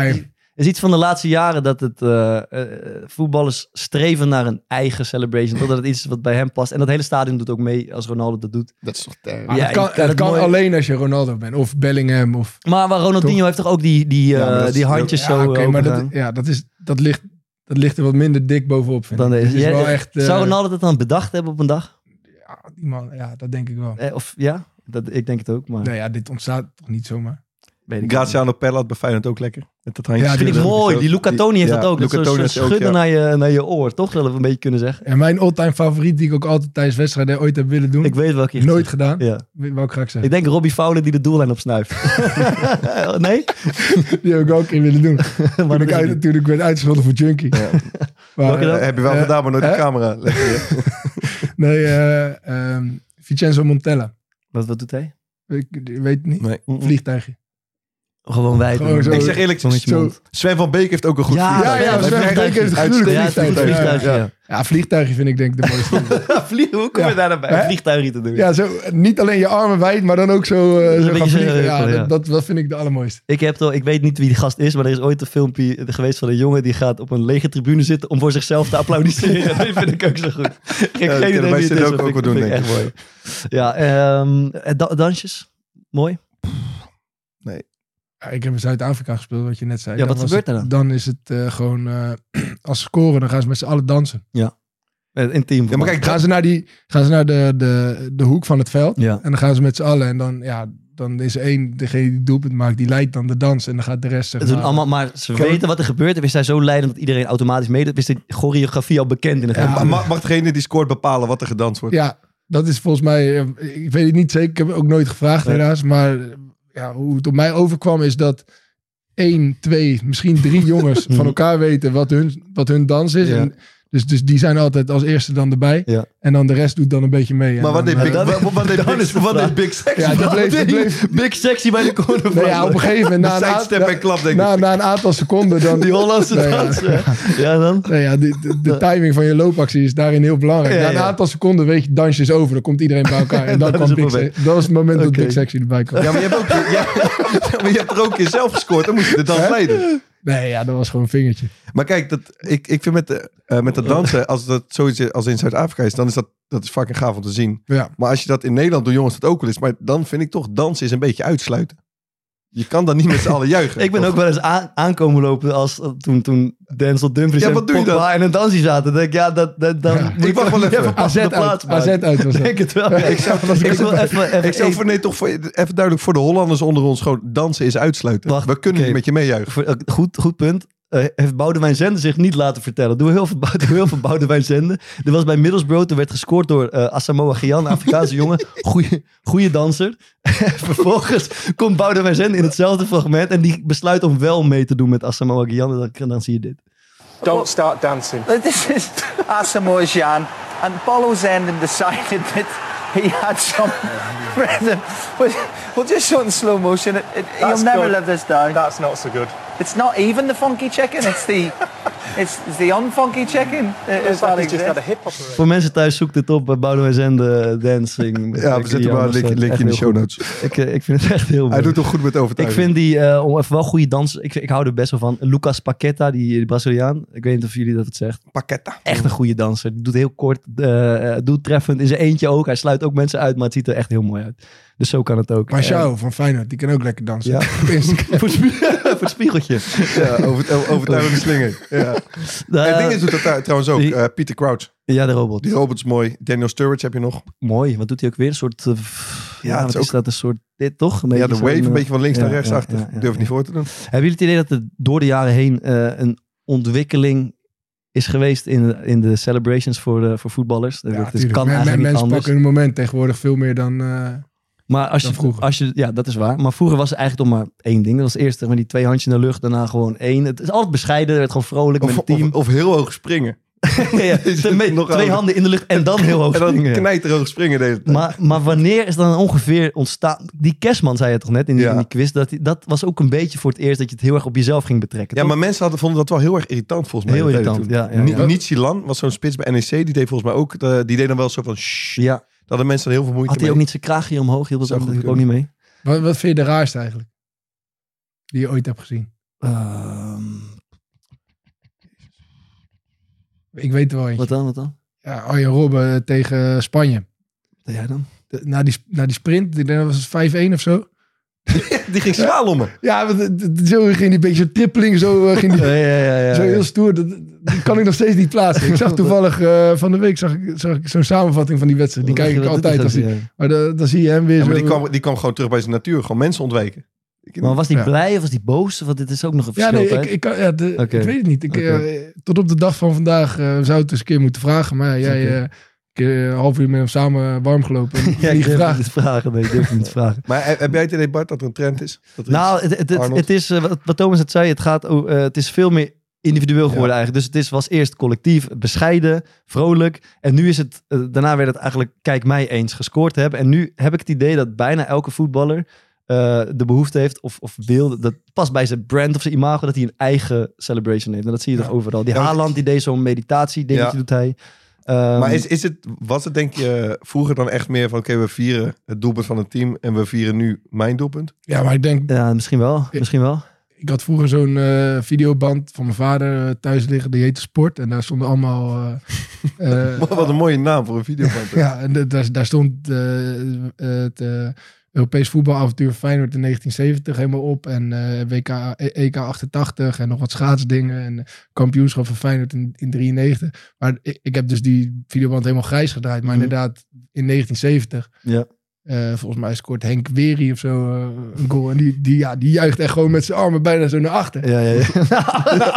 Het is iets van de laatste jaren dat het eh, eh, voetballers streven naar een eigen celebration. Totdat het iets is wat bij hem past. En dat hele stadion doet ook mee als Ronaldo dat doet.
Dat is toch... ter-
Maar
Ja,
dat kan,
ik- dat
dat kan
mooi-
alleen als je Ronaldo bent. Of Bellingham. Of,
Maar waar Ronaldinho heeft toch ook die, die, eh,
Ja, maar dat is-
die handjes
ja,
zo eh,
oké,
open
maar dat,
gaan?
ja, dat, is, dat, ligt, dat ligt er wat minder dik bovenop. Vind
dan
ik.
deze.
Dit is
Ja,
wel
eh,
echt... eh,
Zou Ronaldo dat dan bedacht hebben op een dag?
ja, die man, ja, dat denk ik wel.
Eh, of ja, dat, ik denk het ook, maar
Nou ja, dit ontstaat toch niet zomaar.
weet ik niet.
Graziano Pella had bij Feyenoord ook lekker. Met dat handje.
Ja,
Dat vind ik
Die-
mooi. Die Luca Toni heeft dat ook. Dat is zo'n
Lucatoni
schudden naar, je, naar je oor, toch? Zullen we een beetje kunnen zeggen.
En mijn all-time favoriet die ik ook altijd tijdens wedstrijden ooit heb willen doen.
Ik weet welke je
nooit gedaan.
Ja.
Welk ga ik zeggen?
Ik denk Robbie Fowler die de doellijn opsnuift. nee?
Die heb ik ook een keer willen doen.
Maar
Toen
dat
ik,
is
uit,
niet.
toen ik werd uitgescholden voor junkie. *laughs* Maar,
Welke dan?
eh,
Heb je wel
eh,
gedaan, maar nooit
eh?
de
*laughs*
camera. Lekker, hè?
Nee, eh, ehm, Vincenzo Montella.
Wat, wat doet hij?
Ik ik weet het niet.
Nee.
Vliegtuigje.
Gewoon wijd.
Gewoon
doen.
zo-
Ik zeg eerlijk,
Tongetje
zo-
mond.
Sven van Beek heeft ook een goed
Ja,
vliegtuig.
ja, ja,
Hij
Sven
heeft
van Beek heeft een
een uitstekend
Ja, het is een
vliegtuig.
vliegtuig,
Ja, ja.
ja.
Ja, vliegtuigje vind ik denk ik *laughs* de mooiste.
*laughs* Vliegen, hoe kom je
Ja.
daar nou bij?
Hè?
Vliegtuigen te doen.
ja, zo, niet alleen je armen wijd, maar dan ook zo, eh,
Een
zo gaan
beetje zo,
vliegen. Ja,
ja.
dat, dat, dat vind ik de allermooiste.
Ik, heb toch, ik weet niet wie die gast is, maar er is ooit een filmpje geweest van een jongen die gaat op een lege tribune zitten om voor zichzelf te applaudisseren. dat vind ik ook zo goed. Ik heb geen
dat kunnen
idee wie
wij
het is,
Sidney ook-
maar
ook
vind ik-
wel doen,
vind ik echt mooi. Ja, ehm, eh, da- dansjes. Mooi.
Ja, ik heb in Zuid-Afrika gespeeld, wat je net zei.
Ja, wat
was
gebeurt
het-
er
Dan is het eh, gewoon, eh, *clears throat* als ze scoren, dan gaan ze met z'n allen dansen.
Eh, Intiem.
Ja, maar kijk,
Gaan ze naar, die, gaan ze naar de, de, de hoek van het veld
Ja.
en dan gaan ze met z'n allen. En dan, ja, dan is één, degene die het doelpunt maakt, die leidt dan de dans. En dan gaat de rest, zeg
Het doen
maar-
allemaal, maar ze
Kijk,
weten wat er gebeurt. En is zij zo leidend dat iedereen automatisch meedoet. Is de choreografie al bekend in de
Ja,
gaten?
Ma- ma- mag degene die scoort bepalen wat er gedanst wordt?
Ja, dat is volgens mij, eh, ik weet het niet zeker, ik heb het ook nooit gevraagd
Nee.
helaas. Maar eh, ja, hoe het op mij overkwam is dat één, twee, misschien drie
*laughs*
jongens van elkaar weten wat hun, wat hun dans is.
Ja.
En dus, dus die zijn altijd als eerste dan erbij.
Ja.
En dan de rest doet dan een beetje mee. En
Maar wat
dan, eh,
deed Big,
*laughs* dat-
wat- wat deed
dan
Big-
is de
wat
vraag.
deed Big Sex?
Ja, dat
*laughs*
bleef- dat bleef-
Big sexy bij de corner.
Nee, ja, op een gegeven
*laughs*
moment, na
Na
een,
sidestep en
aantal,
klap, denk
na,
ik.
na een aantal seconden,
*laughs*
dan...
Die Hollandse
Nee, ja.
dansen. Ja, dan.
Nou ja, de, de,
*laughs*
de timing van je loopactie is daarin heel belangrijk.
Ja,
Na een
ja.
aantal seconden weet je, dansje is over. Dan komt iedereen bij
*laughs*
elkaar. En dan
Dat
kwam
is het
Big
moment.
Sex. Dat was het moment dat
Oké.
Big Sexy erbij kwam.
Ja, maar je hebt, ook, ja,
*laughs*
maar je hebt er ook in zelf gescoord. Dan moest je de dans leiden.
Nee, ja, dat was gewoon een vingertje.
Maar kijk, dat, ik, ik vind met, de, eh, met dat dansen, als dat zoiets is als in Zuid-Afrika is, dan is dat, dat is fucking gaaf om te zien.
Ja.
Maar als je dat in Nederland door jongens dat ook wel is, maar dan vind ik toch dansen is een beetje uitsluiten. Je kan dan niet met z'n allen juichen.
*laughs* Ik ben ook wel eens aan, aankomen lopen als toen, toen Denzel Dumfries
Ja,
en
wat doe je
Pogba en een dansje zaten. Dan denk ik, ja, dat, dat, dan
Ja,
moet
ik wacht
toch
wel even.
pas
AZ
op de
uit,
maken.
AZ uit was dat.
denk het wel. *laughs* Ik,
zou-
ik wil even... even
Ik zou voor, nee, toch voor, even duidelijk voor de Hollanders onder ons gewoon dansen is uitsluiten.
Wacht,
We kunnen
oké.
niet met je meejuichen.
Voor- eh, goed, goed punt. Eh, heeft Boudewijn Zenden zich niet laten vertellen. Doe heel veel, Bou- *laughs* doe heel veel Boudewijn Zenden. Er was bij Middlesbrough, er werd gescoord door eh Asamoah Gyan, een
*laughs*
Afrikaanse jongen. Goeie, goeie danser. *laughs* Vervolgens komt Boudewijn Zenden in hetzelfde fragment en die besluit om wel mee te doen met Asamoah Gyan. En dan, dan zie je dit.
Don't start dancing.
But *laughs* this is Asamoah Gyan, and Bolo Zenden decided that he had some
*laughs*
rhythm. We'll, we'll just show it in slow motion. It, it, you'll
That's
never
good.
live this down.
That's not so good.
It's not even the funky chicken. It's the it's, it's the unfunky chicken. uh,
It's
If
like
that
he's just had a
exists.
hip operation.
Voor mensen thuis, zoek dit op. eh, Boudewijn Zenden, dancing.
Ja, we zetten wel een
eh,
linkje, linkje in de show notes.
Ik, eh, ik vind het echt heel mooi.
Hij doet toch goed met
Ik
overtuiging.
vind die, eh, om even wel goede dans. Ik, ik hou er best wel van. Lucas Paqueta, die, die Braziliaan. Ik weet niet of jullie dat het zegt.
Paquetta.
Echt een goede danser. Die doet heel kort, eh, eh, doeltreffend. In zijn eentje ook. Hij sluit ook mensen uit, maar het ziet er echt heel mooi uit. Dus zo kan het ook.
Maar Sjouw van Feyenoord, die kan ook lekker dansen. *laughs*
Ja.
Op Instagram.
Eh, voor, het spie- *laughs* voor het
*laughs*
spiegeltje.
Ja,
*laughs*
over, overtuigende slinger. Ja.
Eh,
en dingen doet dat
*laughs*
daar trouwens ook.
die-
Eh, Pieter Crouch.
ja, de
Die
robot.
robot is mooi. Daniel Sturridge heb je nog.
Mooi. Wat doet hij ook weer? Een soort... eh, pff,
Ja,
ja,
het
wat
is
is
ook-
dat? Een soort... Dit toch? Een beetje
Ja, de
zo'n,
wave een
eh,
beetje van links
ja,
naar rechts
ja,
achter.
ja, ja,
Durf het niet
ja.
voor te doen.
Hebben jullie het idee dat er door de jaren heen eh, een ontwikkeling is geweest in, in de celebrations voor, eh, voor voetballers?
Ja,
dat is,
tuurlijk.
kan
Men- men-
eigenlijk niet
mensen
anders.
pakken een moment tegenwoordig veel meer dan... eh,
Maar als
dan
je,
vroeger.
als je, ja, dat is waar. Maar vroeger was er eigenlijk toch maar één ding. Dat was eerst zeg maar, die twee handjes in de lucht, daarna gewoon één. Het is altijd bescheiden, er werd gewoon vrolijk
Of,
met het team.
of, of heel hoog springen.
*laughs* Ja,
*laughs*
ja, twee
nog
twee
ouder.
handen in de lucht en dan
*laughs*
heel hoog
En dan
springen.
knijterhoog springen de hele tijd.
Maar, maar wanneer is dan ongeveer ontstaan... Die Kerstman zei het toch net in die,
Ja.
in die quiz. Dat, die- dat was ook een beetje voor het eerst dat je het heel erg op jezelf ging betrekken.
Ja,
toch?
maar mensen hadden, vonden dat wel heel erg irritant volgens mij.
Heel
Dat deden
irritant,
toen.
ja, ja,
Ni-
ja.
Nietzsche Lan was zo'n spits bij NEC. Die deed volgens mij ook, eh, die deed dan wel zo van shh. Dat
ja.
hadden mensen dan heel veel moeite
Had hij ook niet zijn kraag hier omhoog? Hield dat
Zou
ook,
goed
ook niet mee?
wat, wat vind je de raarste eigenlijk? Die je ooit hebt gezien.
Ehm,
Ik weet er wel eentje.
wat dan, wat dan?
Ja, Arjen Robben tegen Spanje.
Wat jij dan?
De- na, die, na die sprint, ik denk dat was het 5-1 of zo.
*laughs* Die ging zwaal om me.
Ja, want het- het- zo ging die een beetje zo trippeling. Zo, eh, ging die,
*laughs* ja, ja, ja,
zo
ja.
heel stoer. Dat, dat kan ik nog steeds niet plaatsen. Ik
*laughs*
zag toevallig eh, van de week zag ik, zag ik zo'n samenvatting van die wedstrijd. Die
Wat
kijk
dacht
ik
je, wat doet
altijd. Als
hij
die,
zo?
maar dan, dan zie je hem weer
Ja,
zo.
maar die kwam, die kwam gewoon terug bij zijn natuur. Gewoon mensen ontwijken. Ik-
Maar was die
Ja.
blij of was die boos? Want dit is ook nog een
Ja,
verschil.
nee,
hè?
ik, ik, kan- ja, de-
Oké.
ik weet het niet. Ik,
Oké.
eh, tot op de dag van vandaag eh, zou het eens een keer moeten vragen. Maar ja, jij
Oké.
eh, ik, eh, een half uur met hem samen eh, warm gelopen.
*laughs*
En
Ja,
niet
ik durf het
gevraagd.
niet te vragen. Nee, ik durf het niet te
*laughs*
vragen.
Maar heb heb jij het idee, Bart, dat er een trend is? Dat er
Nou,
iets-
het, het, het,
Arnold.
het is, eh, wat, wat Thomas het zei, het, gaat, o- eh, het is veel meer individueel geworden eigenlijk. Dus het is, was eerst collectief, bescheiden, vrolijk. En nu is het, eh, daarna werd het eigenlijk kijk mij eens gescoord te hebben. En nu heb ik het idee dat bijna elke voetballer eh, de behoefte heeft of, of wil. Dat past bij zijn brand of zijn imago dat hij een eigen celebration heeft. En dat zie je toch overal. Die
Ja, maar-
Haaland die deed zo'n meditatie dingetje
Ja.
doet hij. Ehm,
Maar is, is het, was het denk je vroeger dan echt meer van... oké, we vieren het doelpunt van het team... en we vieren nu mijn doelpunt? *laughs*
Ja, maar ik denk,
ja, misschien wel. Misschien wel.
ik had vroeger zo'n eh, videoband van mijn vader eh, thuis liggen, die heette Sport. En daar stonden allemaal...
*laughs*
eh, eh,
Wat een mooie naam voor een videoband. hè?
ja, en da- daar, daar stond eh, het eh, Europees voetbalavontuur Feyenoord in 1970 helemaal op. En eh, WK, E- EK 88 en nog wat schaatsdingen. En kampioenschap van Feyenoord in, in 93. Maar ik, ik heb dus die videoband helemaal grijs gedraaid. Maar
Mhm.
inderdaad, in 1970...
Ja.
Eh, volgens mij scoort Henk Wery of zo eh, een goal. En die, die, ja, die juicht echt gewoon met zijn armen bijna zo naar achter.
Ja, ja, ja.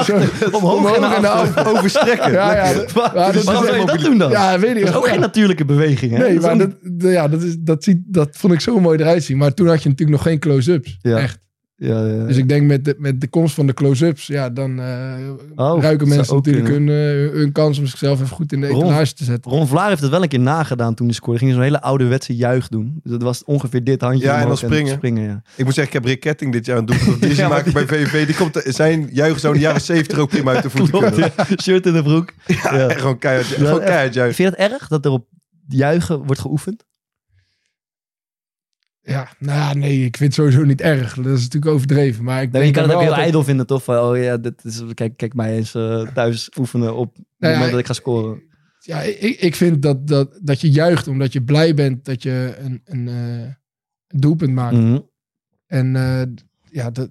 Zo,
Omhoog, en naar
*laughs*
achter.
Overstrekken.
Ja, ja,
lekker.
dat-
Waar-
Ja, dat is
Waarom zou je dat doen dan?
ja, weet
dat
ik
is ook
Ja.
geen natuurlijke beweging. Hè?
Nee,
is
maar
ook-
dat, d- ja, dat, is, dat, ziet, dat vond ik zo mooi eruit zien. Maar toen had je natuurlijk nog geen close-ups.
Ja.
Echt.
Ja, ja, ja.
Dus ik denk met de, met de komst van de close-ups, ja, dan eh,
Oh,
ruiken
zou
mensen
ook
natuurlijk hun, eh, hun kans om zichzelf even goed in de
Ron.
etalage te zetten.
Ron Vlaar heeft het wel een keer nagedaan toen hij scoorde. Ging zo'n hele ouderwetse juich doen. Dus dat was ongeveer dit handje.
Ja, en
omhoog
dan springen.
ja.
Ik moet zeggen, ik heb Rick Ketting dit jaar een
*laughs*
doelpunt. Die is
Ja, maar
gemaakt bij VVV. Die komt, te- zijn juichen zou in de jaren 70 ook prima uit de voeten
Klopt,
kunnen.
ja. Shirt in de
*laughs*
broek. Ja.
En gewoon keihard,
Ja,
gewoon
echt.
keihard juichen.
Vind je het erg dat er op juichen wordt geoefend?
Ja, nou ja, nee, ik vind het sowieso niet erg. Dat is natuurlijk overdreven. Maar
Nee,
ik
je
denk
kan het ook
dan wel
heel
altijd-
ijdel vinden, toch? Van, oh ja, dit is, kijk, kijk mij eens eh, thuis oefenen op het
ja,
moment dat
ik-
ik ga scoren.
Ja, ik, ik vind dat, dat, dat je juicht omdat je blij bent dat je een, een eh, doelpunt maakt.
Mhm.
En eh, ja, dat,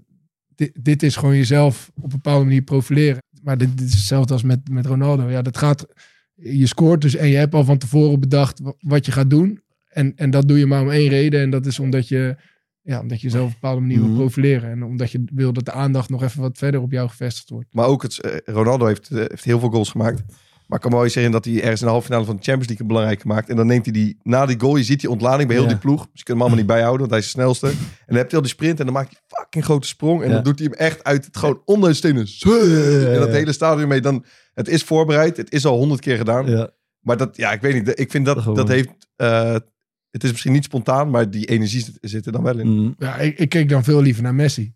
dit, dit is gewoon jezelf op een bepaalde manier profileren. Maar dit, dit is hetzelfde als met, met Ronaldo. Ja, dat gaat. Je scoort dus en je hebt al van tevoren bedacht wa- wat je gaat doen. En, en dat doe je maar om één reden. En dat is omdat je, ja, omdat je jezelf op een bepaalde manier
Mhm.
wil profileren. En omdat je wil dat de aandacht nog even wat verder op jou gevestigd wordt.
Maar ook, het, eh, Ronaldo heeft, eh, heeft heel veel goals gemaakt. Maar ik kan me wel eens herinneren dat hij ergens in de halve finale van de Champions League een belangrijke maakt. En dan neemt hij die, na die goal, je ziet die ontlading bij heel
Ja.
die ploeg. Dus je kunt
*laughs*
hem allemaal niet bijhouden, want hij is de snelste. En dan hebt hij al die sprint en dan maakt hij een fucking grote sprong. En
Ja.
dan doet hij hem echt uit het gewoon onder de stenen. En dat hele stadion mee. Dan, het is voorbereid, het is al honderd keer gedaan.
Ja.
Maar dat, ja, ik weet niet. Ik vind dat,
Gewoon.
dat heeft... eh, het is misschien niet spontaan, maar die energie zit, zit er dan wel in.
Mhm.
Ja, ik, ik keek dan veel liever naar Messi.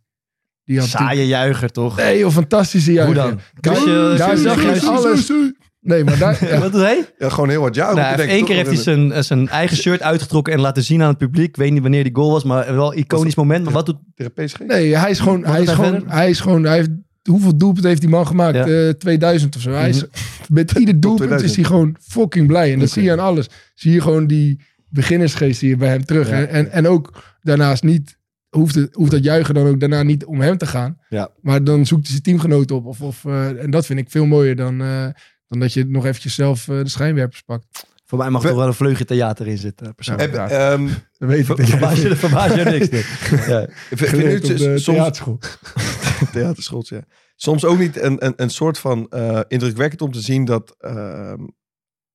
Die had
Saaie juicher, toch?
natuurlijk- Nee, joh, fantastische juichen.
Hoe dan?
Daar-
Als je-
daar
als je-
zag je
als je-
alles. Nee, maar daar, *laughs* ja,
Wat is hij?
Ja, gewoon heel wat. Ja,
Nou,
ik denk
Eén
toch
keer heeft
wel
hij zijn, eh, zijn eigen shirt uitgetrokken en laten zien aan het publiek. Ik weet niet wanneer die goal was, maar wel een iconisch moment. Maar wat doet...
tegen PSG.
nee, hij is gewoon, hij is
hij
gewoon,
verder?
hij is gewoon, hij heeft, hoeveel doelpunten heeft die man gemaakt?
Ja.
Eh, 2000 of zo. Hij is, *laughs* met ieder doelpunt
2000.
is hij gewoon fucking blij. En dat zie je aan alles. Zie je gewoon die beginnersgeest zie je bij hem terug.
Ja.
En, en, en ook daarnaast niet, hoeft, het, hoeft dat juichen dan ook daarna niet om hem te gaan.
Ja.
Maar dan zoekt hij zijn teamgenoot op. Of, of, eh, en dat vind ik veel mooier dan, eh, dan dat je nog eventjes zelf eh, de schijnwerpers pakt.
Voor mij mag
We-
er wel een vleugje theater in zitten, eh, persoonlijk. *laughs*
Heb,
Ja.
ehm,
Dat weet ik.
Verbaas *laughs* je, verbaas je niks. nee. Ja.
v- vind je
Geleerd
het
op
eh,
de
soms,
theaterschool.
theaterschots, ja. soms ook niet een, een, een soort van eh, indrukwekkend om te zien dat ehm,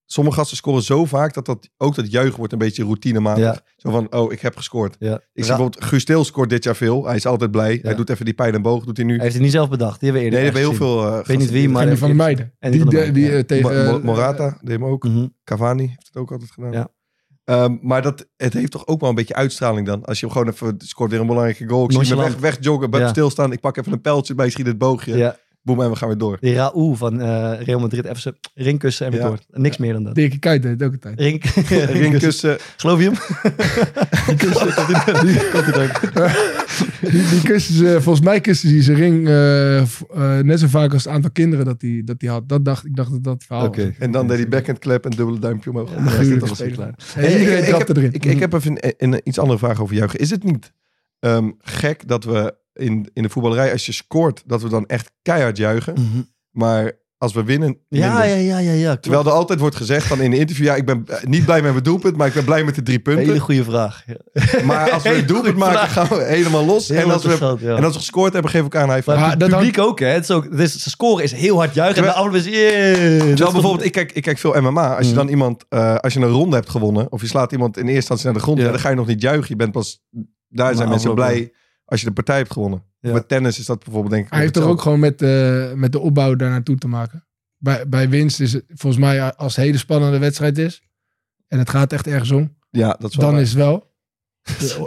sommige gasten scoren zo vaak dat, dat ook dat juichen wordt een beetje routinematig.
Ja.
Zo van, oh, ik heb gescoord.
Ja.
Ik zie
Ra-
bijvoorbeeld, Guus Til scoort dit jaar veel. Hij is altijd blij. Hij doet even die pijl en boog, doet hij nu.
Hij heeft het niet zelf bedacht. Die hebben we
nee,
eerder
dat hebben heel
echt gezien.
veel eh, gasten.
Ik weet niet wie, maar...
En die van de meiden.
En
die
die van de
de-
meiden,
die,
ja.
eh, tegen...
Mo- Mo-
eh,
Morata, deed hem ook.
Mhm.
Cavani heeft het ook altijd gedaan.
Ja.
Ehm, maar dat, het heeft toch ook wel een beetje uitstraling dan. Als je hem gewoon even scoort weer een belangrijke goal. Ik zie hem weg,
Nonchalant.
wegjoggen, blijf
Ja.
stilstaan. Ik pak even een pijltje bij, ik schiet het boogje.
Mhm. Ja,
Boem, en we gaan weer door.
die Raoul van eh, Real Madrid, even zijn ringkussen en weer
Ja.
door. Niks meer dan dat.
Dirkie Kuyt deed het ook altijd.
*laughs*
Ring, *laughs*
Ringkussen.
Geloof je hem? Die kussen, komt hij- die komt hij ook.
Die, die kussen ze, volgens mij kussen ze zijn ring eh, v- eh, net zo vaak als het aantal kinderen dat hij dat die had. Dat dacht, ik dacht dat dat het verhaal was.
En dan deed hij backhand clap en dubbele duimpje omhoog. Ja,
natuurlijk.
dat was het klaar.
En
Hey,
iedereen
ik- ik
trapte
heb-
erin.
Ik, ik heb even een, een- iets andere vraag over juichen. Is het niet ehm, gek dat we in, in de voetballerij, als je scoort, dat we dan echt keihard juichen? Maar als we winnen,
Mhm. Ja,
minder?
ja, ja, ja. ja. klopt.
Terwijl er altijd wordt gezegd van in een interview, ja, ik ben eh, niet blij met mijn doelpunt, maar ik ben blij met de drie
Hele
punten.
goede vraag. Ja.
Maar als
*laughs*
we
Hele
een doelpunt
goede
maken, gaan we helemaal los.
Heel
En als, we,
interessant, ja.
en als we gescoord hebben, geven we elkaar een high five.
Maar
Maar
het
dat
publiek ook, hè? Het is ook, het is, ze scoren is heel hard juichen. En de
Terwijl-
afloop is... Yeah, Dat is toch-
Terwijl bijvoorbeeld, ik kijk, ik kijk veel MMA.
Mhm.
Als je dan iemand, eh, als je een ronde hebt gewonnen, of je slaat iemand in eerste instantie naar de grond,
Ja.
ja, dan ga je nog niet juichen. Je bent pas, daar zijn mensen
afloop,
blij als je de partij hebt gewonnen.
Ja.
Met tennis is dat bijvoorbeeld denk ik.
Hij heeft er ook gewoon met, eh, met de opbouw daar naartoe te maken. Bij, bij winst is het volgens mij als het een hele spannende wedstrijd is. En het gaat echt ergens om.
Ja, dat is wel
dan
waar.
is het wel.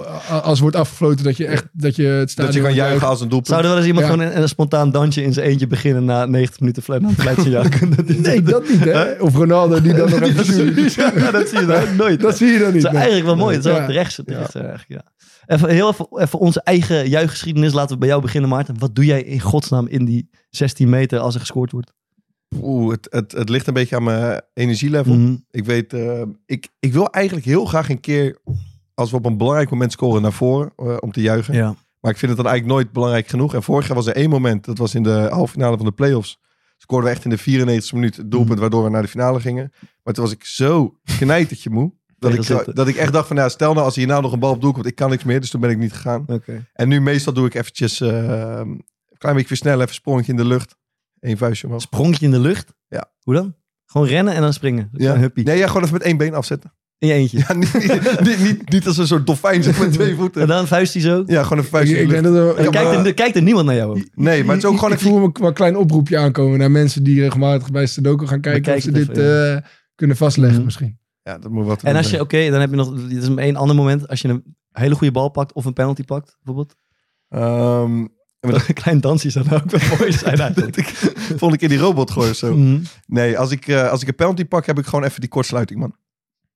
Eh, Als wordt afgefloten dat je echt dat je het
Dat je
stadion
kan juichen
uit-
als een doelpunt.
Zou er wel eens iemand
Ja.
gewoon een, een spontaan dansje in zijn eentje beginnen na 90 minuten fluit
*laughs*
aan het fluitsignaal? Dat is-
Nee, dat niet hè. Of Ronaldo die
*laughs*
*laughs*
dan nog even zuurt.
Ja, dat zie je nou nooit.
Dat zie je dan niet.
Het is
nee.
eigenlijk wel mooi. Het is wel
Ja.
terecht, terecht zijn eigenlijk, ja. Even, heel even, even onze eigen juichgeschiedenis. Laten we bij jou beginnen, Maarten. Wat doe jij in godsnaam in die 16 meter als er gescoord wordt?
Oeh, het, het, het ligt een beetje aan mijn energielevel.
Mhm.
Ik weet, eh, ik, ik wil eigenlijk heel graag een keer, als we op een belangrijk moment scoren, naar voren eh, om te juichen.
Ja.
Maar ik vind het dan eigenlijk nooit belangrijk genoeg. En vorig jaar was er één moment, dat was in de halve finale van de playoffs. Scoorden we echt in de 94 e minuut het doelpunt waardoor we naar de finale gingen. Maar toen was ik zo knijtertje moe. Dat
Tegen
ik,
zitten.
dat ik echt dacht van, nou, stel nou als er hierna nog een bal op doel komt, ik kan niks meer. Dus toen ben ik niet gegaan.
Oké.
En nu meestal doe ik eventjes eh, een klein beetje versnellen, even een sprongetje in de lucht. Eén vuistje omhoog.
Sprongetje in de lucht?
Ja.
Hoe dan? Gewoon rennen en dan springen. Ja.
Ja.
huppie.
Nee, ja, gewoon even met één been afzetten. *laughs*
In je eentje.
Ja, niet, niet, niet, niet als een soort dolfijn zeg, met twee
En
voeten.
dan vuist hij zo.
Ja, gewoon een vuistje
Ik,
in
ik
de
denk
lucht.
dat er,
Dan
Ja,
kijkt,
maar-
er, kijkt er niemand naar jou. ook.
Nee, maar het is ook gewoon
Ik
een...
voel me wel een klein oproepje aankomen naar mensen die regelmatig bij Sudoku gaan kijken
Bekijk
of ze
het
dit
even,
eh, kunnen vastleggen
Mhm.
misschien.
Ja, dat moet wat te
En
doen
als je, oké, dan heb je nog, dit is één ander moment. Als je een hele goede bal pakt of een penalty pakt, bijvoorbeeld.
zijn. Ehm,
*laughs* Een klein dansje zou nou ook wel mooi
*laughs*
zijn eigenlijk.
volgende keer die robot gooien of zo.
Mhm.
Nee, als ik, eh, als ik een penalty pak, heb ik gewoon even die kortsluiting, man.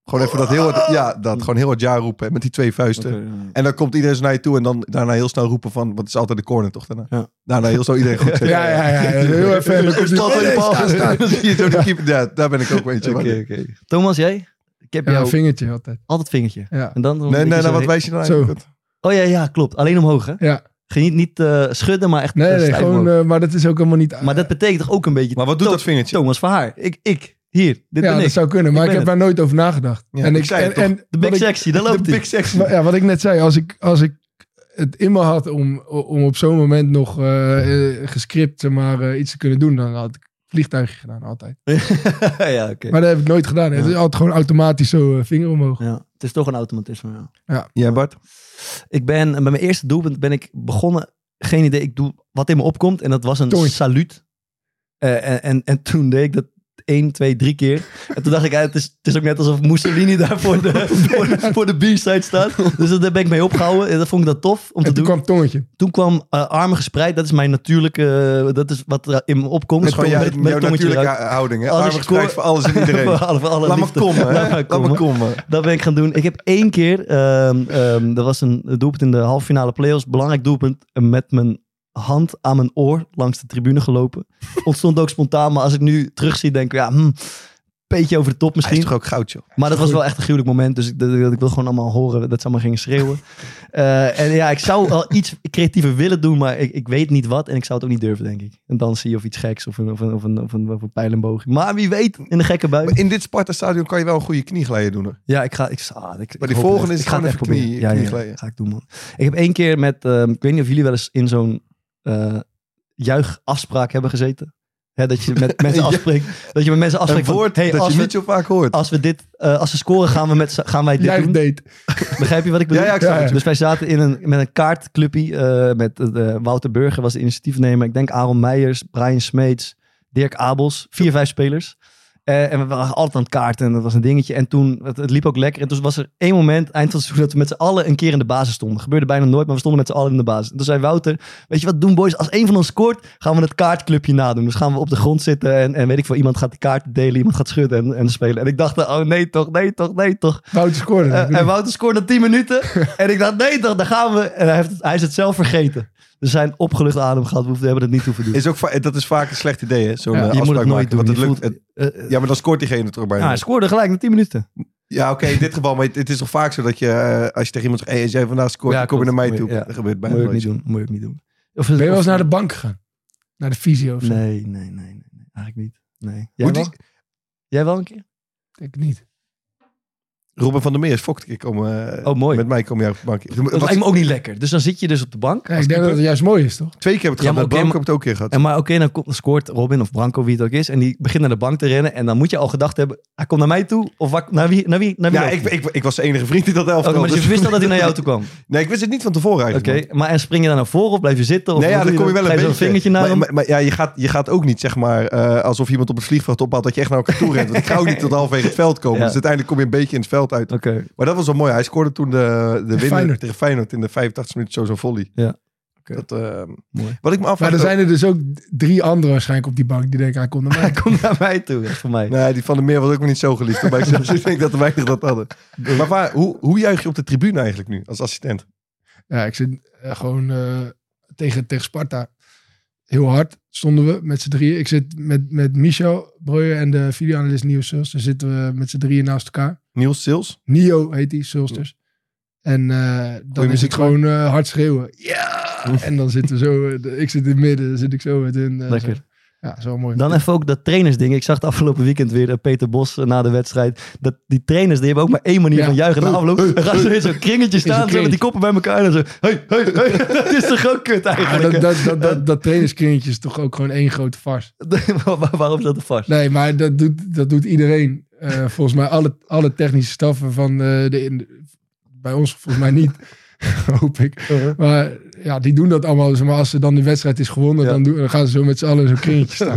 Gewoon even dat heel hard... Ja, dat. Gewoon heel hard ja roepen hè, met die twee vuisten.
Oké, ja.
En dan komt iedereen zo naar je toe en dan daarna heel snel roepen van... Want het is altijd de corner, toch? Daarna,
Ja.
daarna heel snel
*laughs*
iedereen goed zeggen.
Ja, ja, ja.
*laughs*
Heel even. en dan komt die-
Stad van
Nee,
die
nee,
bal.
sta, sta.
Dan zie *laughs* je zo de keeper. Ja, daar ben ik ook wel eentje van.
Oké, oké. Thomas, jij? Ik heb
Ja,
jou
een vingertje altijd.
altijd vingertje.
Ja.
En dan dan
Nee,
een
nee,
beetje
nou, wat
zo-
wijs je dan
Zo.
eigenlijk?
Oh ja, ja, klopt. Alleen omhoog, hè?
Ja.
Geen Niet, niet eh, schudden, maar echt eh,
Nee, nee,
stijf
gewoon,
omhoog.
eh, maar dat is ook helemaal niet...
Maar dat betekent toch ook een beetje...
Maar wat doet
Tho-
dat vingertje?
Thomas van Haar. Ik, ik. Hier, dit
ja,
ben
dat
ik.
zou kunnen, maar
Ik
ik,
ben
heb daar nooit over nagedacht.
Ja,
en
ik
ik,
zei het
en, en
De big
wat ik-
sexy,
*laughs*
daar loopt
De
hij.
big sexy.
Maar ja, wat ik net zei, als ik, als ik het in me had om, om op zo'n moment nog eh, eh, gescript zeg maar, eh, iets te kunnen doen, dan had ik vliegtuigje gedaan altijd.
*laughs* ja, oké.
Maar dat heb ik nooit gedaan. Het is altijd gewoon automatisch zo eh, vinger omhoog.
Ja, het is toch een automatisme, ja.
Ja, Bart.
Ik ben, bij mijn eerste doelpunt ben ik begonnen, geen idee, ik doe wat in me opkomt. En dat was een
Toontje.
saluut. Eh, en, en, en toen deed ik dat één, twee, drie keer. En toen dacht ik, eh, het, is, het is ook net alsof Mussolini daar voor
*laughs*
de, voor de, voor de B-side staat. Dus daar ben ik mee opgehouden. En dat vond ik dat tof om te
En
doen.
toen kwam Tongetje.
toen kwam eh, armen gespreid. Dat is mijn natuurlijke, eh, dat is wat er in me opkomt.
Dat is gewoon
Met-
jouw,
met- met
jouw
tongetje
natuurlijke
eruit.
houding. Hè?
Als ik
Armen
scoor-
gespreid voor alles
*laughs*
en iedereen.
Voor *laughs* alle- voor alle
Laat maar
liefde.
komen.
*laughs*
hè.
Laat maar
Laat
komen.
maar komen.
Dat ben ik gaan doen. Ik heb één keer, ehm ehm dat was een doelpunt in de halve finale playoffs, belangrijk doelpunt, eh, met mijn hand aan mijn oor langs de tribune
*laughs*
gelopen. Ontstond ook spontaan, maar als ik nu terugzie, denk ik, ja, hmm, beetje over de top
Hij is
misschien.
toch ook goud, joh.
Maar dat was wel echt een gruwelijk moment, dus ik, dat, dat- ik wil gewoon allemaal horen dat ze allemaal gingen schreeuwen.
*laughs*
Eh, en ja, ik zou wel iets creatiever willen doen, maar ik, ik weet niet wat en ik zou het ook niet durven, denk ik. Een dansje of iets geks of een, of een, of een, of een, of een pijlenboogje. Maar wie weet, in de gekke bui.
Maar in dit Sparta-stadion kan je wel een goede knieglijden doen. Hè?
Ja, ik ga... Ik, ah, ik,
Maar
ik hoop
die volgende
het.
is
Ik ga het
gewoon
echt
even knie-
proberen. Ja, ja, ja,
kniegleden.
ga ik doen, man. Ik heb één keer met... ehm, ik weet niet of jullie wel eens in zo'n eh juichafspraak hebben gezeten. Hè, dat je
*laughs*
met mensen
Ja.
afspreekt. Dat je met mensen afspreekt
Een
van,
woord
hey,
dat
als,
je
we,
niet zo vaak hoort.
als we dit... eh, als ze scoren, gaan, we met, z'n- gaan wij dit
Jij
doen.
deed.
Begrijp je wat ik bedoel?
Ja, ja, ik snap
Ja, ja.
Dus wij zaten in een, met een kaartclubje. eh, met eh, Wouter Burger was de initiatiefnemer. Ik denk Aaron Meijers, Brian Smeets, Dirk Abels. Vier, vijf spelers. Eh, en we waren altijd aan het kaarten. En dat was een dingetje. En toen, het, het liep ook lekker. En toen was er één moment, eind van het seizoen, dat we met z'n allen een keer in de basis stonden. Gebeurde bijna nooit, maar we stonden met z'n allen in de basis. En toen zei Wouter, weet je wat doen boys? Als één van ons scoort, gaan we het kaartclubje nadoen. Dus gaan we op de grond zitten en, en weet ik veel. Iemand gaat de kaart delen, iemand gaat schudden en, en spelen. En ik dacht, oh nee toch, nee toch, nee toch.
Wouter scoorde.
Eh,
*laughs*
en Wouter scoorde na 10 minuten. en ik dacht, nee, toch, daar gaan we. En hij, heeft het, hij is het zelf vergeten. We zijn opgelucht adem gehad. We hoefden- hebben het niet hoeven doen.
Is ook va- dat is vaak een slecht idee, hè? Zo'n
Ja,
ja,
je
je moet het nooit doen.
maken. Want het
Je
lukt,
voelt-
het-
eh, eh,
ja, maar dan scoort diegene er toch
ja,
bijna.
hij scoorde gelijk na 10 minuten.
Ja, oké, in dit geval. Maar het, het is toch vaak zo dat je, eh, als je tegen iemand zegt, hey, als jij vandaag scoort,
Ja,
dan kom je naar
klopt.
mij
Moet je-
toe.
ja.
Dat gebeurt
Moet
bijna
je ook niet
nooit.
doen. Moet je ook niet doen. Of,
Ben je wel eens naar
of-
de bank gegaan? Naar de fysio of zo?
Nee, nee, nee. nee, nee. Eigenlijk niet. Nee. Jij
Moet
wel?
die-
Jij wel een keer?
Ik niet.
Robin van der Meer is fokt. Ik kom, eh,
Oh, mooi.
Met mij kom jij op de bank.
Dat
Wat-
lijkt me ook niet lekker. Dus dan zit je dus op de bank.
Ja,
als
ik denk dat
keeper.
het juist mooi is, toch?
Twee keer heb ik het
Ja,
gehad.
maar
Met
oké,
Bram
maar-
heb ik het ook een keer gehad.
En maar oké, dan komt, scoort Robin of Branco, wie het ook is. En die begint naar de bank te rennen. En dan moet je al gedacht hebben, hij komt naar mij toe. Of waar- naar wie, naar wie, naar wie
Ja,
loopt
ik,
hij?
ik, ik was de enige vriend die dat elftal
Oké, maar
*laughs* had,
dus je
dus-
wist al dat hij naar jou toe kwam.
Nee, ik wist het niet van tevoren eigenlijk.
Oké, maar en spring je dan naar voren of blijf je zitten? Of
Nee, ja,
wat
dan
doe
kom je wel
Ga
een beetje.
zo'n vingertje naar
maar,
hem?
maar, maar ja, je gaat, je gaat ook niet, zeg maar, eh, alsof iemand op het vliegveld ophaalt dat je echt naar elkaar toe rent. Want ik ga ook niet tot halverwege het veld komen.
*laughs* Ja.
Dus uiteindelijk kom je een beetje in het veld. veld uit.
Oké.
Maar dat was wel mooi. Hij scoorde toen de, de winnaar
Feyenoord.
tegen Feyenoord in de 85 minuten zo zo'n volley.
Ja. Oké.
Dat, ehm,
Mooi.
Wat ik me afvraag...
Maar er zijn er dus ook drie anderen waarschijnlijk op die bank die denken, hij kon er
*laughs* Hij
maar.
komt naar mij toe, echt voor mij.
Nee, die van de Meer was ook weer niet zo geliefd. hoor. Maar ik zelfs-
*laughs*
ik denk dat er weinig dat hadden. Maar waar, hoe, hoe juich je op de tribune eigenlijk nu als assistent?
Ja, ik zit eh, gewoon eh, tegen, tegen Sparta. Heel hard stonden we met z'n drieën. Ik zit met, met Michel Breuer en de videoanalist Nio Susters. Daar zitten we met z'n drieën naast elkaar.
Niels Sils?
Nio heet die, Susters. En eh, dan is
muziek,
het gewoon eh, hard schreeuwen. Ja! En dan zitten we zo, eh, de- ik zit in het midden, dan zit ik zo met hun. eh,
Lekker.
zo. Ja, zo mooi.
Dan even ook dat trainersding. Ik zag het afgelopen weekend weer eh, Peter Bos eh, na de wedstrijd. Dat die trainers, die hebben ook maar één manier
Ja.
van juichen na afloop. Dan gaan ze weer zo'n kringetje staan, zo
kringetje.
met die koppen bij elkaar en zo. Hey, hey, hey. *laughs* dat is toch ook kut
Ja,
eigenlijk.
dat, dat, dat, dat, dat trainerskringetje is toch ook gewoon één grote farce.
*laughs* Waar- waar- Waarom zat er vast?
Nee, maar dat doet, dat doet iedereen. Eh, volgens mij alle, alle technische staffen van eh, de, in- Bij ons volgens mij niet, *laughs* hoop ik. Maar ja, die doen dat allemaal. Zeg maar als ze dan de wedstrijd is gewonnen,
Ja.
dan, doen, dan gaan ze zo met z'n allen in zo'n kringetje staan.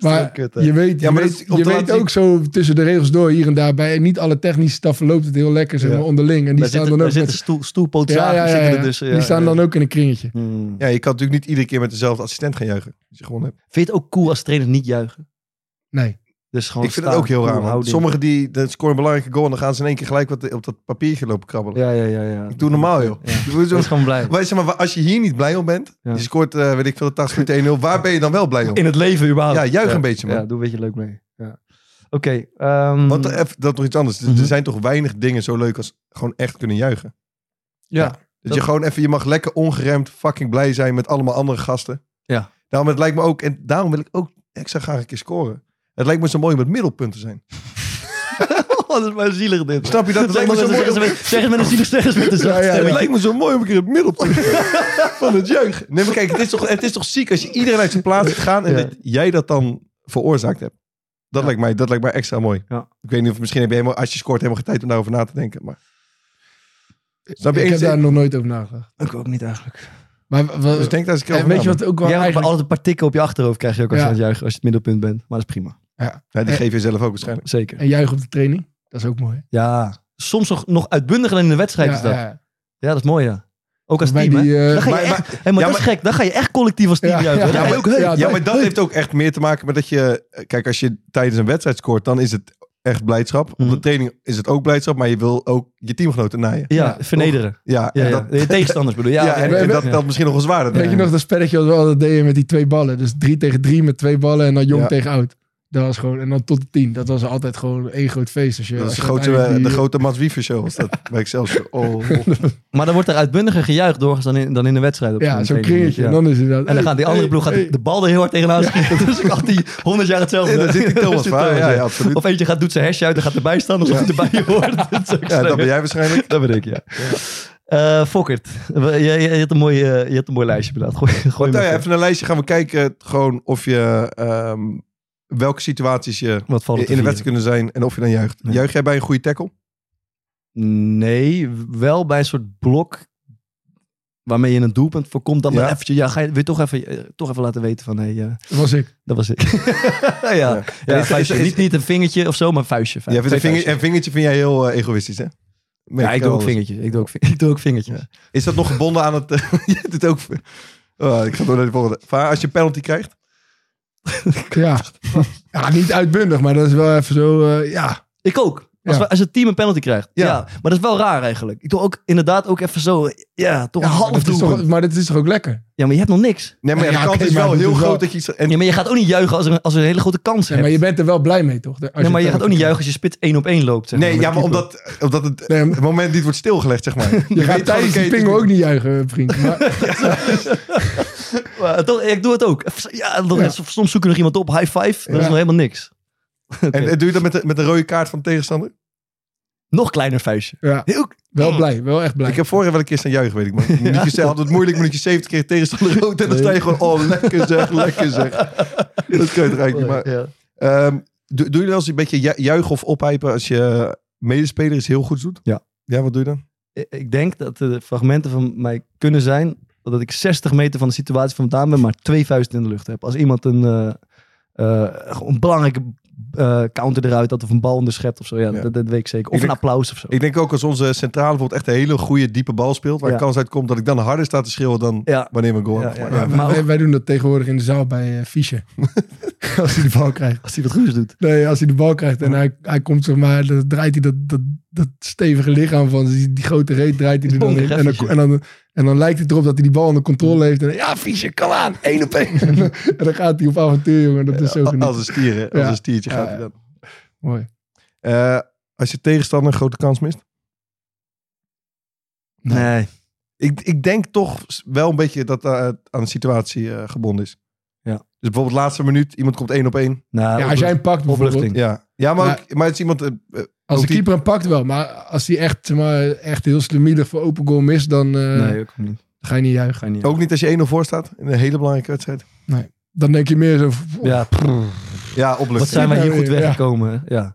Maar je weet,
Ja, maar
je
dat
weet,
is om
je
te
weet
laten zien-
ook zo tussen de regels door, hier en daar. Bij niet alle technische staffen loopt het heel lekker, zeg
Ja.
maar, onderling. En die
Daar
staan
zitten,
dan
daar
ook
zitten
met...
stoel, stoelpoot
Ja, ja, ja,
zitten
ja.
er dus. ja,
die staan
ja.
dan ook in een kringetje.
Hmm.
*laughs* Ja, je kan natuurlijk niet iedere keer met dezelfde assistent gaan juichen. Als je gewonnen hebt.
Vind je het ook cool als trainers niet juichen?
Nee.
Dus gewoon
ik vind
staan,
het ook heel
cool
raar. man.
houding.
Sommigen die dan scoren een belangrijke goal en dan gaan ze in één keer gelijk wat op dat papiertje lopen krabbelen.
Ja, ja, ja. ja.
Ik doe normaal, joh.
Ja.
*laughs* Doe zo-
Wees gewoon blij.
Maar zeg maar, als je hier niet blij om bent,
Ja.
je scoort, eh, weet ik veel, de 80 minuten 1-0, waar ben je dan wel blij om?
In het leven überhaupt.
Ja, juich een beetje, man.
Ja, doe een beetje leuk mee. Ja. Oké. ehm,
Want eh, even- dat is nog iets anders. Er-
Mhm.
Er zijn toch weinig dingen zo leuk als gewoon echt kunnen juichen.
ja.
Dat, je gewoon even, je mag lekker ongeremd fucking blij zijn met allemaal andere gasten.
Ja.
Daarom, het lijkt me ook, en daarom wil ik ook extra graag een keer scoren. Het lijkt me zo mooi om het middelpunt te zijn.
Oh, *laughs* dat is maar zielig dit.
Snap
*laughs*
je dat? Het
Zeg,
lijkt me
maar,
zo
zeg,
mooi.
eens
om-
met- zeg eens met een zielig zeg eens met een zacht
Ja, ja, het
stemmetje.
lijkt me zo mooi om een keer het middelpunt te zijn van het jeugd. Nee, maar kijk, het is, toch, het is toch ziek als je iedereen uit zijn plaats gaat gaan en
Ja.
dat jij dat dan veroorzaakt hebt. Dat, lijkt, mij, dat lijkt mij extra mooi.
Ja.
Ik weet niet of misschien heb je helemaal, als je scoort helemaal geen tijd om daarover na te denken. Maar Snap je
ik heb
eens-
daar nog nooit over nagedacht.
Ik ook niet eigenlijk.
Maar, wa- wa-
dus ik denk dat ik
en eh, weet je wat ook
Jij
wel
hebt
eigenlijk...
altijd een paar tikken op je achterhoofd krijg je ook als je
Ja.
aan het juichen, als je het middelpunt bent. Maar dat is prima.
Ja, die geef je zelf ook waarschijnlijk.
Zeker.
En juichen op de training, dat is ook mooi.
Ja. Soms nog, nog uitbundiger dan in de wedstrijd is dat. Ja. dat is mooi ja. Ook als
Bij
team
die,
hè.
eh,
Dan ga je
maar-
echt,
maar-
hé, maar
ja,
dat is gek. Dan ga je echt collectief als team
Ja,
juichen.
ja,
Dan ga je
ja,
ook, hey.
ja,
Ja,
dat-
maar dat heeft ook echt meer te maken met dat je... eh, Kijk, als je tijdens een wedstrijd scoort, dan is het echt blijdschap. Op
Mhm.
de training is het ook blijdschap, maar je wil ook je teamgenoten naaien.
ja,
Ja,
vernederen.
Ja,
Ja,
en
ja.
dat...
Je tegenstanders bedoel je.
Ja,
Ja,
en,
ja,
en
ja.
dat, dat misschien nog wel zwaarder.
Weet je nog dat spelletje wat we altijd deden met die twee ballen? Dus drie tegen drie met twee ballen en dan jong
Ja.
tegen oud. Dat was gewoon, en dan tot de tien. Dat was altijd gewoon één groot feest. Als je,
Dat
als
is de
je
grote,
uiteindelijk
de
die-
grote Mats Wiever show was
*laughs*
dat. Bij Excelsior. Oh.
Maar dan wordt er uitbundiger gejuicht doorgaans dan in, dan in de wedstrijd. op
Ja,
zo'n
zo'n
training.
kringetje.
Ja.
En dan is het dat.
En dan gaat die andere ploeg gaat
hey,
de bal er heel hard tegenaan schieten. Dus ik had die 100 jaar hetzelfde.
Ja, daar
*laughs*
zit die Thomas
zit
Vaar,
Thomas,
ja, ja, absoluut.
Of eentje gaat, doet zijn hesje uit en gaat erbij staan alsof hij *laughs* erbij hoort. Dat, is ook
Ja,
slecht.
dat ben jij waarschijnlijk.
Dat ben ik, ja. Eh, Fokkert, we- je, je, je, hebt een mooi, eh, je hebt een mooi lijstje bedacht. Gooi, gooi
Nou
maar
ja,
even.
even een lijstje gaan we kijken. eh, Gewoon of je... ehm, welke situaties je
Wat valt
in
er
de
te
wedstrijd
vieren?
kunnen zijn en of je dan juicht.
Ja.
Juich jij bij een goede tackle?
Nee, wel bij een soort blok waarmee je een doelpunt voorkomt. Dan
Ja.
maar eventjes, ja, ga je, wil je toch even, eh, toch even laten weten van, hé, hey, eh,
Dat was ik.
dat
*laughs*
was ik. ja, ja.
is- is-
vuistje.
is-
niet, niet een vingertje of zo, maar een vuistje.
Ja, vindt een,
Twee
vinger,
vuistjes.
een vingertje vind jij heel eh, egoïstisch, hè? Merk
Ja, ik doe
wel
ook
eens.
vingertjes. Ik doe ook, ving- ik doe ook vingertjes.
Is dat nog gebonden aan het... eh, *laughs* je doet ook... Oh, ik ga door naar de volgende. Vaar, als je een penalty krijgt,
Ja. ja, niet uitbundig, maar dat is wel even zo... eh, ja,
Ik ook. Als,
Ja.
we- als het team een penalty krijgt. Ja.
Ja.
Maar dat is wel raar eigenlijk. Ik doe ook inderdaad ook even zo. Ja, toch
ja
een half
dat is
doelpunt.
toch, maar dat is toch ook lekker?
Ja, maar je hebt nog niks.
Nee, maar ja,
Ja,
de kans
oké,
is
maar
wel
dat
heel
is wel-
groot dat je iets... En,
dus Ja, maar je gaat ook niet juichen als er, een- als er een hele grote kans
Nee,
hebt.
maar je bent er wel blij mee, toch? Als
nee, maar je
het
gaat ook niet juichen als je spits één op één loopt. zeg
nee,
met
ja, maar
de keeper.
omdat, omdat het,
Nee, maar-
het moment niet wordt stilgelegd, zeg maar.
*laughs* Je gaat tijdens die pingel ook niet juichen, vriend. Maar,
Maar toch, ik doe het ook. Even zo- Ja, dan,
Ja.
Soms zoek je nog iemand op. High five. Dat
Ja.
is nog helemaal niks. *laughs*
En, en doe je dat met de, met de rode kaart van de tegenstander?
Nog kleiner vuistje.
ja,
Heel,
wel blij, wel echt blij.
Ik heb vorige wel een keer staan juichen, weet
*laughs*
ik. Maar minuutje, ze hadden het moeilijk, minuutje 70 keer tegenstander rood. En dan sta je gewoon, oh, lekker zeg, lekker zeg. Dat kun je toch eigenlijk niet, maar...
ja.
ehm, doe, doe je wel eens een beetje ju- juichen of ophypen als je medespeler iets heel goed doet?
Ja.
Ja, wat doe je dan?
Ik- Eh, Ik denk dat de fragmenten van mij kunnen zijn dat ik 60 meter van de situatie vandaan ben, maar twee vuisten in de lucht heb. Als iemand een, eh, eh, gewoon een belangrijke eh, counter eruit dat of een bal onderschept of zo. Ja,
Ja.
Dat, dat weet ik zeker. Of
Ik
een
denk-
applaus of zo.
Ik denk ook als onze centrale bijvoorbeeld echt een hele goede diepe bal speelt, waar
Ja.
kans uit komt dat ik dan harder sta te schreeuwen dan
Ja.
wanneer we een goal
Ja,
hebben
ja,
gemaakt.
ja.
Maar
Maar
wij,
ook-
wij doen dat tegenwoordig in de zaal bij eh Fischer. *laughs* als hij de bal krijgt.
Als hij wat goeds doet.
Nee, als hij de bal krijgt en hij, hij komt zeg maar, dan draait hij dat, dat, dat stevige lichaam van die, die grote reet draait hij er dan in. En dan, en, dan, en dan lijkt het erop dat hij die bal onder controle heeft. En dan, ja, Fischer, kom aan, één op één. *laughs* en dan gaat hij op avontuur, jongen. Dat is zo
Al-
geniet.
Als een stier, hè? als
Ja.
een stiertje gaat
Ja,
hij dan.
Mooi.
Eh, als je tegenstander een grote kans mist.
Nee.
Nee.
Ik, ik denk toch wel een beetje dat eh, aan de situatie eh, gebonden is.
Ja.
Dus bijvoorbeeld laatste minuut, iemand komt één op één.
Nou,
Ja, als jij hem pakt bijvoorbeeld.
Opluchting.
Ja, ja maar,
Maar-
ook- maar het is iemand... eh, eh,
Als de
ook die-
keeper hem pakt wel. Maar als hij echt, zeg maar, echt heel slemiedig voor open goal mist, dan eh,
nee, ook niet.
ga je niet juichen.
Ga je niet.
Ook niet als je 1-0 voor staat in een hele belangrijke wedstrijd.
Dan denk je meer zo...
Ja,
Ja,
wat
opluchting.
zijn wij hier
Ja,
goed
ja.
weggekomen. hè? Ja.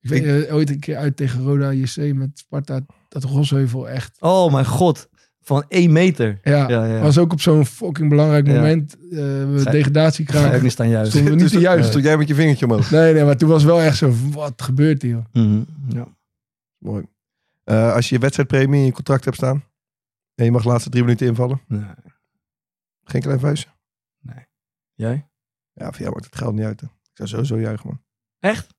Ik weet eh, ooit een keer uit tegen Roda JC met Sparta, dat Rosheuvel echt.
Oh mijn god. Van één meter.
Ja,
Ja, ja.
was ook op zo'n fucking belangrijk
Ja.
moment. eh we
Zij- Ga je ook
degradatiekraak.
niet staan juist.
Stonden we niet
Dus
te
dat-
juichen.
Stond jij met je vingertje omhoog.
Nee, nee, maar toen was wel echt zo, wat gebeurt hier? joh?
Mhm. Ja.
Mooi. Eh, als je je wedstrijdpremie in je contract hebt staan. En je mag de laatste drie minuten invallen.
Nee.
Geen klein vuistje.
Jij?
Ja, van jou maakt het geld niet uit. Hè. Ik zou sowieso juichen, man.
Echt?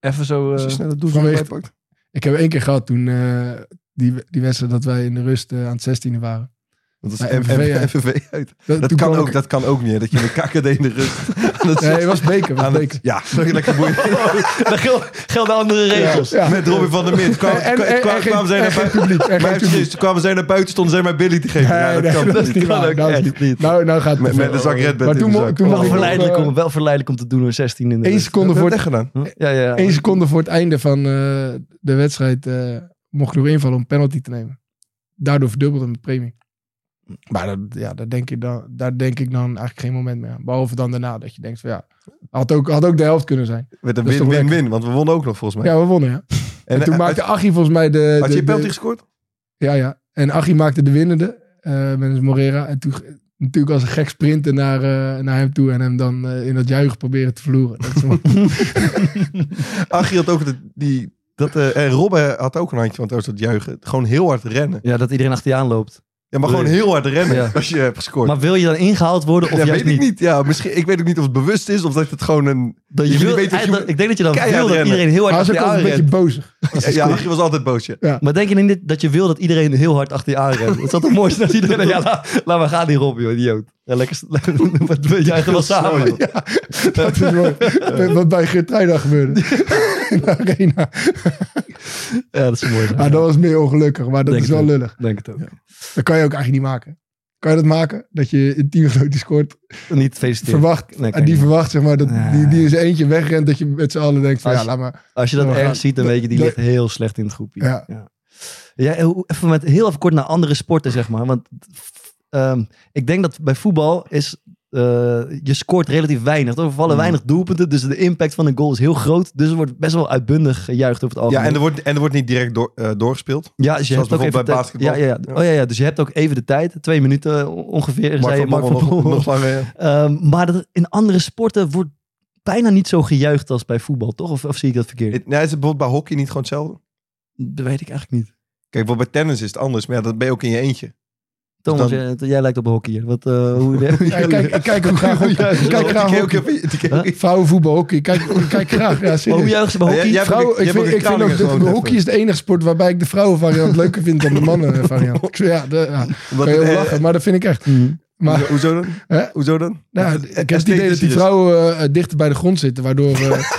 Even zo... eh,
Als je snel het doel
Dus vanwege-
erbij pakt.
Ik heb één keer gehad toen eh, die, die wedstrijd dat wij in de rust eh, aan het 16e waren.
Want dat
Bij
is
MVV
MVV,
uit.
uit.
Dat,
Dat
toen
kan,
kwam
ook,
ik-
dat kan ook niet, hè, dat je in de KKD in de rust... aan het-
Nee, het was beker. Was
*laughs* aan
beker.
het, ja, dat je
*laughs*
lekker boeien.
Daar gel- gelden andere regels.
Ja.
Met Robin van der Mint. Kwam,
En- en-
kwa-
en-
kwa-
en
kwamen zij
geen-
naar
en geen
buiten.
publiek, en
Maar
geen
precies,
publiek.
toen kwamen zij naar buiten, stonden zij mij Billy te geven. ja,
Nee,
dat
nee,
kan
dat is
niet.
niet waar. Dat is niet- Nou, nou gaat het
Met,
te ver.
met de zak Red Bull
Maar
in
toen,
de
mo-
zak.
toen
Wel
mocht ik nog,
verleidelijk,
eh,
om, wel verleidelijk om te doen door 16 in de
één
rust.
seconde
Dat
voor
wordt
het
echt gedaan.
Huh? Ja, ja, ja.
Eén seconde voor het einde van eh, de wedstrijd eh, mocht ik nog invallen om een penalty te nemen. Daardoor verdubbelde mijn premie. Maar dat, ja, daar, denk ik dan, daar denk ik dan eigenlijk geen moment meer aan. Behalve dan daarna dat je denkt van ja, had ook, had ook de helft kunnen zijn.
Met een
Dat is toch
win-win-win, want we wonnen ook nog volgens mij.
Ja, we wonnen ja. En, toen
eh,
maakte
had-
Achie volgens mij de...
Had
de-
je een penalty
de-
gescoord?
Ja, ja. En Achie maakte de winnende, eh met Morera. En toen ge- natuurlijk als een gek sprinten naar, eh, naar hem toe en hem dan eh, in dat juichen proberen te verloren. Dat
*laughs*
is wel-
Achie had ook de- die... Dat, eh, en Robben had ook een handje van trouwens dat juichen. Gewoon heel hard rennen.
Ja, dat iedereen achter je aanloopt.
Ja, maar gewoon
Nee.
heel hard rennen
Ja.
als je hebt gescoord.
Maar wil je dan ingehaald worden of
ja,
juist
weet ik
niet?
niet. Ja, misschien, ik weet ook niet of het bewust is of dat het gewoon een...
Dat je
Jullie
wil,
weten dat je
eigenlijk- ik denk dat je dan
keihard
wil dat
rennen.
iedereen heel hard
Maar hij is
achter
ook
je
altijd een beetje
aanrent.
bozig.
Ja, Achie was altijd boos, ja.
Maar denk je niet dat- dat je wil dat iedereen heel hard achter je aanrent? Het is altijd mooi dat iedereen... Ja, la- *laughs* laat maar gaan die Rob, joh, idioot. Ja, lekker... s- *laughs* Wat wil jij wel samen? joh.
Dat is mooi. Wat bij Gertruida gebeurde. *laughs* In de arena.
Ja, dat is mooi.
Maar dat was meer ongelukkig, maar dat
Denk
is
het
wel
wel.
lullig.
Denk het ook.
Dat kan je ook eigenlijk niet maken. Kan je dat maken? Dat je een teamgenoot die scoort
Niet feliciteren.
verwacht.
Nee, kan
en die
niet.
verwacht, zeg maar, dat
Ja.
die, die in zijn eentje wegrent. Dat je met z'n allen denkt van,
Als-
ja, laat maar.
Als je dat
Ja,
ergens ziet, dan weet je, die
dat-
ligt heel slecht in het groepje.
Ja.
Ja. Ja, en hoe- even met, heel even kort naar andere sporten, zeg maar. Want f- ehm, ik denk dat bij voetbal is... eh, je scoort relatief weinig. Er
Mm.
vallen weinig doelpunten, dus de impact van een goal is heel groot. Dus er wordt best wel uitbundig gejuicht over het algemeen.
Ja, en er wordt, en er wordt niet direct door, eh, doorgespeeld.
Ja, dus je
Zoals
hebt ook even
bijvoorbeeld bij
tijd-
basketbal.
Ja, ja, ja. Oh, ja, ja, dus je hebt ook even de tijd. Twee minuten eh, ongeveer,
Mark
zei je,
van
Mark
Bommel
van
nog,
Bommel.
nog eh, langer. ja.
Ehm, maar dat, in andere sporten wordt bijna niet zo gejuicht als bij voetbal, toch? Of, of zie ik dat verkeerd?
Het- nou, is het bijvoorbeeld bij hockey niet gewoon hetzelfde?
dat weet ik eigenlijk niet.
Kijk, bijvoorbeeld bij tennis is het anders. Maar ja, dat ben je ook in je eentje.
Thomas,
Dus dan-
jij- jij lijkt op een hockeyer. Wat, eh, hoe, *laughs*
Ja, ik kijk, ik kijk ook graag hockey. Ik kijk
Die
graag
ken je ook
hockey.
even- die ken je ook-
Vrouwenvoetbal, hockey. Ik Kijk, ik kijk graag. Ja,
Maar hoe
serieus.
juichen ze bij
Ja,
hockey?
jij- jij-
Vrouwen, ik
hebt ook
vind,
een
ik vind
Kralingen
ook dat
gewoon
hockey is de enige sport waarbij ik de vrouwenvariant leuker vind dan de mannenvariant. Ik zeg, Ja, de, ja.
Omdat
kan je
het-
om
eh,
lachen, maar dat vind ik echt. Maar
hoezo- Hoezo dan?
Hè?
Hoezo dan?
Nou, ik heb het
esthetisch
idee dat die
is.
vrouwen eh, dichter bij de grond zitten, waardoor, eh,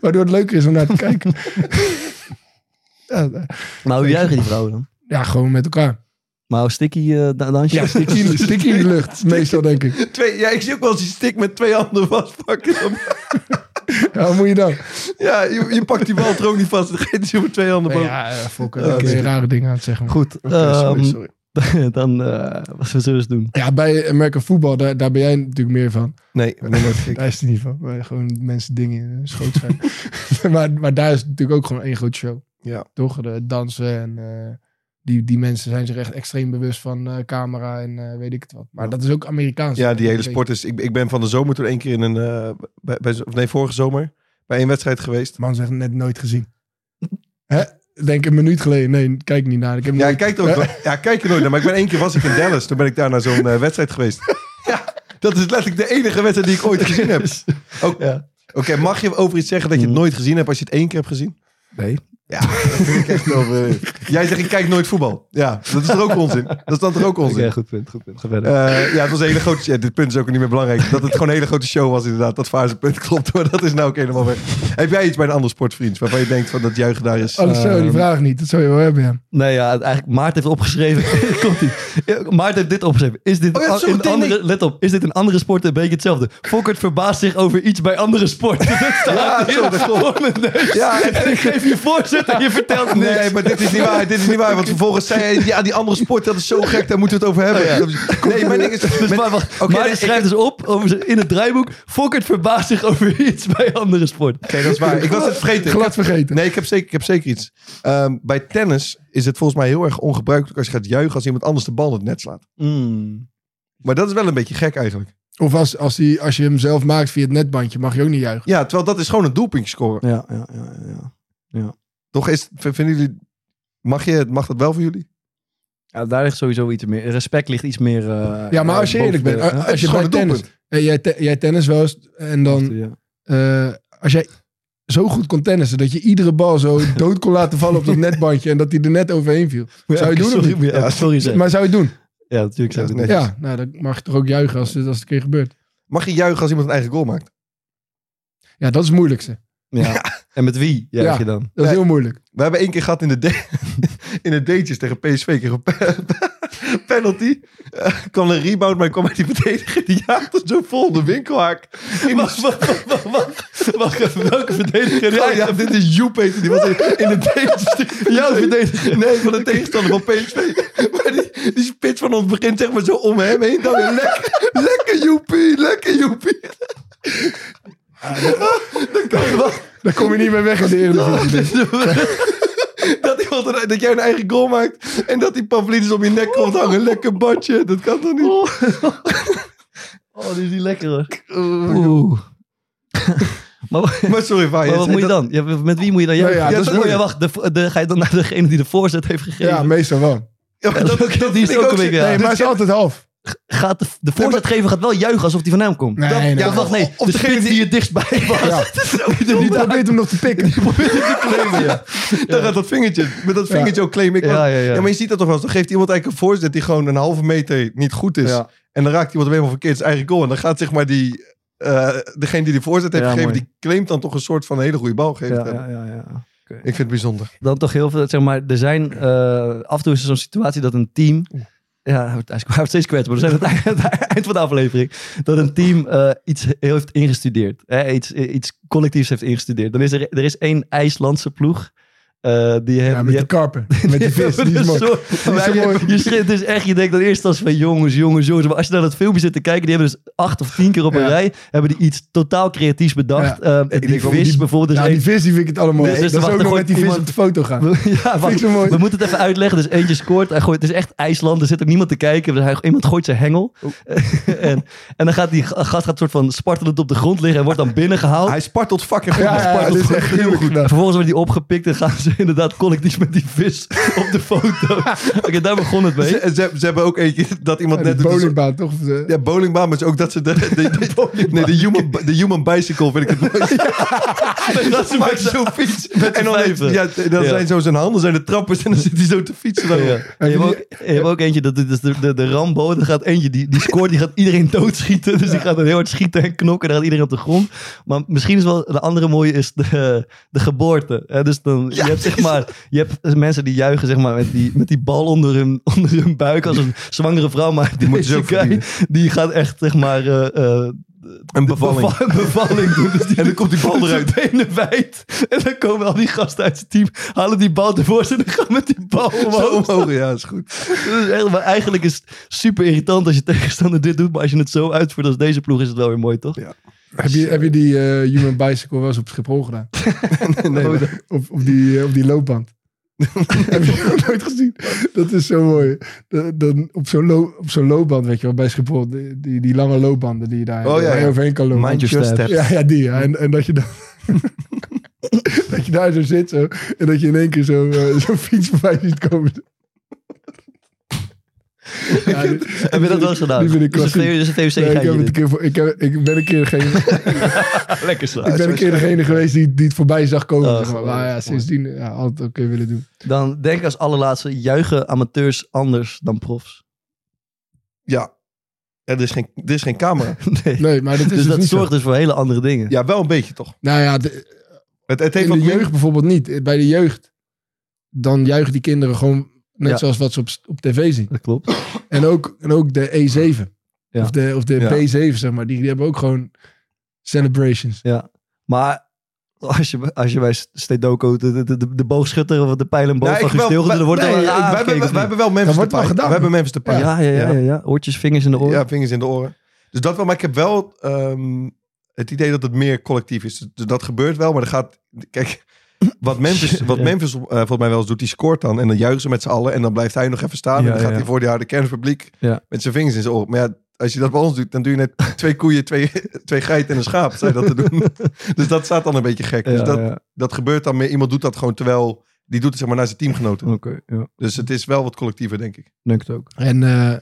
*laughs* waardoor het leuker is om naar te kijken. ja, eh,
Maar hoe juichen die vrouwen dan?
ja, gewoon met elkaar.
Maar hoe sticky eh, da- dansje?
Ja, stik in, stik in de lucht, meestal denk ik.
Twee, ja, ik zie ook wel eens die stick met twee handen vastpakken.
Ja, wat moet je dan?
ja, je, je pakt die bal er ook niet vast. Dan geeft hij zo met twee handen boven.
ja, eh, Fokker,
Oké.
dan ben je rare dingen aan het zeggen. man.
*laughs* Goed.
Oké, sorry,
ehm, *laughs*
sorry.
dan eh, wat zullen we eens doen?
Ja, bij American Football, daar, daar ben jij natuurlijk meer van.
Nee, ik ben nooit gek.
Daar is het niet van. Maar gewoon mensen dingen in hun schoot *laughs* schrijven. maar, maar daar is het natuurlijk ook gewoon één groot show.
Ja.
Toch? De dansen en eh, die, die mensen zijn zich echt extreem bewust van eh, camera en eh, weet ik het wat. Maar dat is ook Amerikaans.
Ja, die hele sport is... Ik, ik ben van de zomer toen één keer in een... eh, bij, bij, of nee, vorige zomer bij één wedstrijd geweest.
De man zegt net nooit gezien. *laughs* Hè? Denk een minuut geleden. Nee, kijk niet naar. Ik heb
Ja,
nooit-
ik kijk er, ook, wel- ja, ik kijk er nooit naar. Maar ik ben één keer was ik in Dallas. Toen ben ik daar naar zo'n eh, wedstrijd geweest. Ja, dat is letterlijk de enige wedstrijd die ik ooit gezien heb. Ook-
Ja.
Oké, mag je over iets zeggen dat je het nooit gezien hebt als je het één keer hebt gezien?
Nee.
Ja, dat vind ik echt overdreven. Jij zegt, ik kijk nooit voetbal. Ja, dat is er ook onzin? Dat is dan toch ook
Oké,
onzin?
goed punt. Goed punt. Ga verder.
Eh, ja, het was een hele grote... Ja, dit punt is ook niet meer belangrijk. Dat het gewoon een hele grote show was inderdaad. Dat fasepunt klopt, maar dat is nou ook helemaal weg. Heb jij iets bij een ander sportvriend waarvan je denkt van dat juichen daar is...
Oh, zo, die vraag niet. Dat zou je wel hebben, ja.
Nee, ja, eigenlijk Maarten heeft opgeschreven. *laughs* Komt-ie. Maarten heeft dit opgeschreven. Is dit
Oh ja,
een-
sorry,
een
dit
andere, let op, is dit een andere sport een beetje hetzelfde? Fokkert verbaast zich over iets bij andere sporten. *laughs* Dat staat hier voor mijn neus.
Ja, en-
En ik geef je voorzet en je vertelt niks.
eh, Nee, maar dit is niet waar. Dit is niet waar. Want vervolgens zei hij, ja, die andere sport, dat is zo gek, daar moeten we het over hebben. Nee, mijn ding
*laughs*
is...
Dus
mijn-
maar, wacht,
Oké,
Maarten
nee,
schrijft dus op over zijn- in het draaiboek. Fokkert verbaast zich over *laughs* iets bij andere sporten.
Oké, dat is waar. Ik was het vergeten. Ik heb-
Glad vergeten.
Nee, ik heb zeker, ik heb zeker iets. Ehm, bij tennis is het volgens mij heel erg ongebruikelijk als je gaat juichen als iemand anders de bal in het net slaat.
Mm.
Maar dat is wel een beetje gek eigenlijk.
Of als, als, die, als je hem zelf maakt via het netbandje, mag je ook niet juichen.
Ja, terwijl dat is gewoon een doelpuntje scoren.
Ja, ja, ja, ja.
Toch is, v- vinden jullie, mag, je, mag dat wel voor jullie?
ja, daar ligt sowieso iets meer. Respect ligt iets meer. eh,
Ja, maar
eh,
als je
boven
eerlijk
de-
bent,
Ja. *laughs*
als je
gewoon
bij
een
tennis,
doelpunt.
eh, jij, te- jij tennis wel eens, en dan
Ja.
Eh, als jij zo goed kon tennissen dat je iedere bal zo dood kon laten vallen op dat netbandje en dat hij er net overheen viel. Zou je doen of
sorry,
niet?
maar ja, sorry zeg.
Maar zou je het doen?
Ja, natuurlijk zou ik het niet.
Ja, Netjes.
Ja, nou, dan mag je toch ook juichen als dit als het een keer gebeurt.
Mag je juichen als iemand een eigen goal maakt?
Ja, dat is het moeilijkste.
Ja. En met wie juich
Ja.
je dan?
Dat is
Nee.
heel moeilijk.
We hebben één keer gehad in de, de- *laughs* in de datejes tegen PSV. Kreeg een pe- *laughs* penalty. Eh, kwam een rebound, maar kwam uit die verdediger. Die *laughs* jaagde zo vol de *laughs* winkelhaak. In die-
Wacht even, welke verdediger?
Ja, ja, dit is Joep heette die. Was in, in de datejes. Jouw verdediger. Nee, van de tegenstander van PSV. Maar die, die spits van ons begint zeg maar zo om hem heen. Dan weer lekker, lekker Joepie, lekker Joepie.
Daar kom je niet meer weg in de Eredivisie.
Dat, iemand een- dat jij een eigen goal maakt. En dat die Pavlidis om je nek komt hangen. Lekker badje. Dat kan toch niet?
Oh, die is die lekkere. Oeh. maar, wa-
Maar sorry, Vaai.
maar wat moet je dan? Ja, met wie moet je dan? Ja,
Nou ja,
ja,
dat
is
dat-
moeilijk.
ja, wacht. De, de, ga je dan naar degene die de voorzet heeft gegeven?
Ja, meestal wel.
Ja, maar
Ja, dat-
dat, dat
die
vind
is
ik
ook
ook
een
zo-
beetje- ja.
Nee, maar het is altijd half.
Gaat de, de voorzetgever gaat wel juichen alsof die van hem komt.
Nee,
Dat-
nee,
ja,
nee.
wacht, nee. de spits die het dichtstbij was.
Ja.
*laughs* Dat is ook
Die
niet
probeert hem nog te pikken.
Dan gaat dat vingertje. Met dat vingertje ook claim ik.
Ja,
want-
ja, ja.
maar je ziet dat toch wel. eens. Dan geeft iemand eigenlijk een voorzet die gewoon een halve meter niet goed is.
Ja.
En dan raakt iemand hem helemaal verkeerd zijn eigen goal. En dan gaat zeg maar die... eh, degene die die voorzet heeft
Ja,
gegeven,
mooi.
die claimt dan toch een soort van een hele goede bal geeft.
Ja,
hem.
ja, ja, ja.
Ik vind het bijzonder.
dan toch heel veel, zeg maar, er zijn, eh, af en toe is er zo'n situatie dat een team, ja, hij wordt- hij wordt steeds kwetsbaar, we zijn aan het eind- aan het eind van de aflevering, dat een team eh, iets heel heeft ingestudeerd, hè, iets, iets collectiefs heeft ingestudeerd. Dan is er, er is één IJslandse ploeg, eh, die hebben...
Ja,
die
met die
hebben-
karpen. Met die
*laughs*
vis. Die is
een
mooi.
soort-
Die is zo
je,
mooi.
je schrikt dus echt, je denkt dan eerst als van jongens, jongens, jongens. Maar als je naar dat filmpje zit te kijken, die hebben dus acht of tien keer op een
Ja.
rij, hebben die iets totaal creatiefs bedacht. Eh, die
denk wel,
vis
die-
bijvoorbeeld. er is
Ja,
één-
die vis die vind ik het allemaal.
Nee, dus
dat
er
is ook
wacht,
nog
er
met die vis
gooit
op de foto gaan.
We- *laughs* Ja, wacht,
ik zo mooi.
we moeten het even uitleggen. Dus eentje scoort. Hij gooit, het is echt IJsland. Er zit ook niemand te kijken. Dus hij, iemand gooit zijn hengel. *laughs* en, en dan gaat die ga- gast gaat soort van spartelend op de grond liggen. En wordt dan binnengehaald.
Hij spartelt fucking goed.
Ja,
Hij
ja, ja,
spartelt
dit is echt
fucking
heel
goed.
goed. gedaan.
En vervolgens wordt hij opgepikt. En gaan ze inderdaad collectief met die vis op de foto.
*laughs*
Oké, daar begon het *laughs* mee.
Ze, ze, ze hebben ook eentje dat iemand
Ja,
net...
die
doet, dus-
bowlingbaan, toch? Of eh, de-
Ja, bowlingbaan, maar het is ook dat ze de, de, de- nee, de, human, de human bicycle vind ik het mooiste. dat ze maar zo fiets. En dan, heeft,
vijven.
ja, dan
Ja.
zijn zo zijn handen, zijn de trappers en dan zit hij zo te fietsen.
Ja.
daarop.
Je, hebt ook, je hebt ook eentje, dat, dat is dus de, de, de Rambo, er gaat eentje, die, die scoort, die gaat iedereen *laughs* doodschieten. Dus die gaat dan heel hard schieten en knokken, dan gaat iedereen op de grond. Maar misschien is wel, de andere mooie is de, de geboorte. Hè? Dus dan, je hebt zeg maar, je hebt mensen die juichen zeg maar met die, met die bal onder hun, onder hun buik als een zwangere vrouw. Maar die
moeten ze
deze
ook
guy, die gaat echt zeg maar... eh, eh,
Een
de
bevalling.
beva- bevalling doen. Dus die,
En dan komt die bal
zijn
eruit.
benen wijd. En dan komen al die gasten uit zijn team, halen die bal tevoorschijn en gaan met die bal
Zo
omhoog.
omhoog, ja, is goed.
Dat is echt- maar eigenlijk is het super irritant als je tegenstander dit doet. Maar als je het zo uitvoert als deze ploeg, is het wel weer mooi, toch?
Heb je, heb je
*laughs*
die eh, human bicycle wel eens op Schiphol gedaan?
Nee,
Op, op, die, eh, op die loopband. Heb je dat nooit gezien? Dat is zo mooi. Dat- Dan op zo'n lo- op zo'n loopband, weet je wel, bij Schiphol, die, die, die lange loopbanden die je daar
Oh, ja,
waar je
ja.
overheen kan lopen.
Mind your step.
Ja, ja die. ja. En, en dat
*laughs*
je dan... dat je daar zo zit zo, en dat je in één keer zo, eh, zo'n fiets voorbij
*laughs*
ziet komen. Ja, die-
Heb je dat wel eens gedaan?
Die vind ik
Dus een
klassiek.
VO- dus een VOC
Nee, ik,
geintje
heb het een
dit. Ah,
keer voor, ik, heb, ik ben een keer geen
Lekker
ik
slaan.
ben een keer degene geweest die, die het voorbij zag komen.
Nou, Oh,
zeg maar.
geweldig.
Maar ja,
Mooi.
sindsdien ja, altijd oké willen doen.
Dan denk ik als allerlaatste, juichen amateurs anders dan profs. *laughs*
Ja. Er is geen, er is geen camera.
Nee.
Nee, maar
*laughs*
dat is
Dus
dus
dat
niet zo.
zorgt dus voor hele andere dingen.
Ja, wel een beetje toch?
Nou ja, de,
Het, het heeft
in de
wat
jeugd
meer-
bijvoorbeeld niet. Bij de jeugd, dan juichen die kinderen gewoon net
Ja.
zoals wat ze op, op tv zien.
Dat klopt.
En ook, en ook de E7
Ja.
of de, of de
Ja.
P7, zeg maar. Die, die hebben ook gewoon celebrations.
Maar als je, als je bij Stedoco de, de, de, de boogschutter of de pijlenboog
Nou,
van
ik wel-
gestild, dan wordt er
nee,
wel
ik-
raar
wij,
gekeken,
hebben,
of niet?
wij hebben wel Memphis
wordt wel
Depay.
gedaan.
We hebben Memphis Depay.
Ja, ja, ja, ja, ja. Oortjes, vingers in de oren.
Ja, vingers in de oren. Dus dat wel, maar ik heb wel ehm, het idee dat het meer collectief is. Dus dat gebeurt wel, maar er gaat... Kijk,
*laughs*
wat Memphis, wat
Ja.
Memphis eh, volgens mij wel eens doet, die scoort dan. En dan juichen ze met z'n allen en dan blijft hij nog even staan.
Ja,
en dan
ja,
gaat
ja.
hij voor die harde kernpubliek
Ja.
met zijn vingers in zijn oren. Maar ja, als je dat bij ons doet, dan doe je net twee koeien, twee, *laughs* twee geiten en een schaap. Zou je dat te
*laughs*
doen? dus dat staat dan een beetje gek. dus
Ja,
dat,
ja.
dat gebeurt dan meer. Iemand doet dat gewoon terwijl... Die doet het zeg maar naar zijn teamgenoten.
Oké, ja.
Dus het is wel wat collectiever, denk ik.
Denk het ook.
En eh,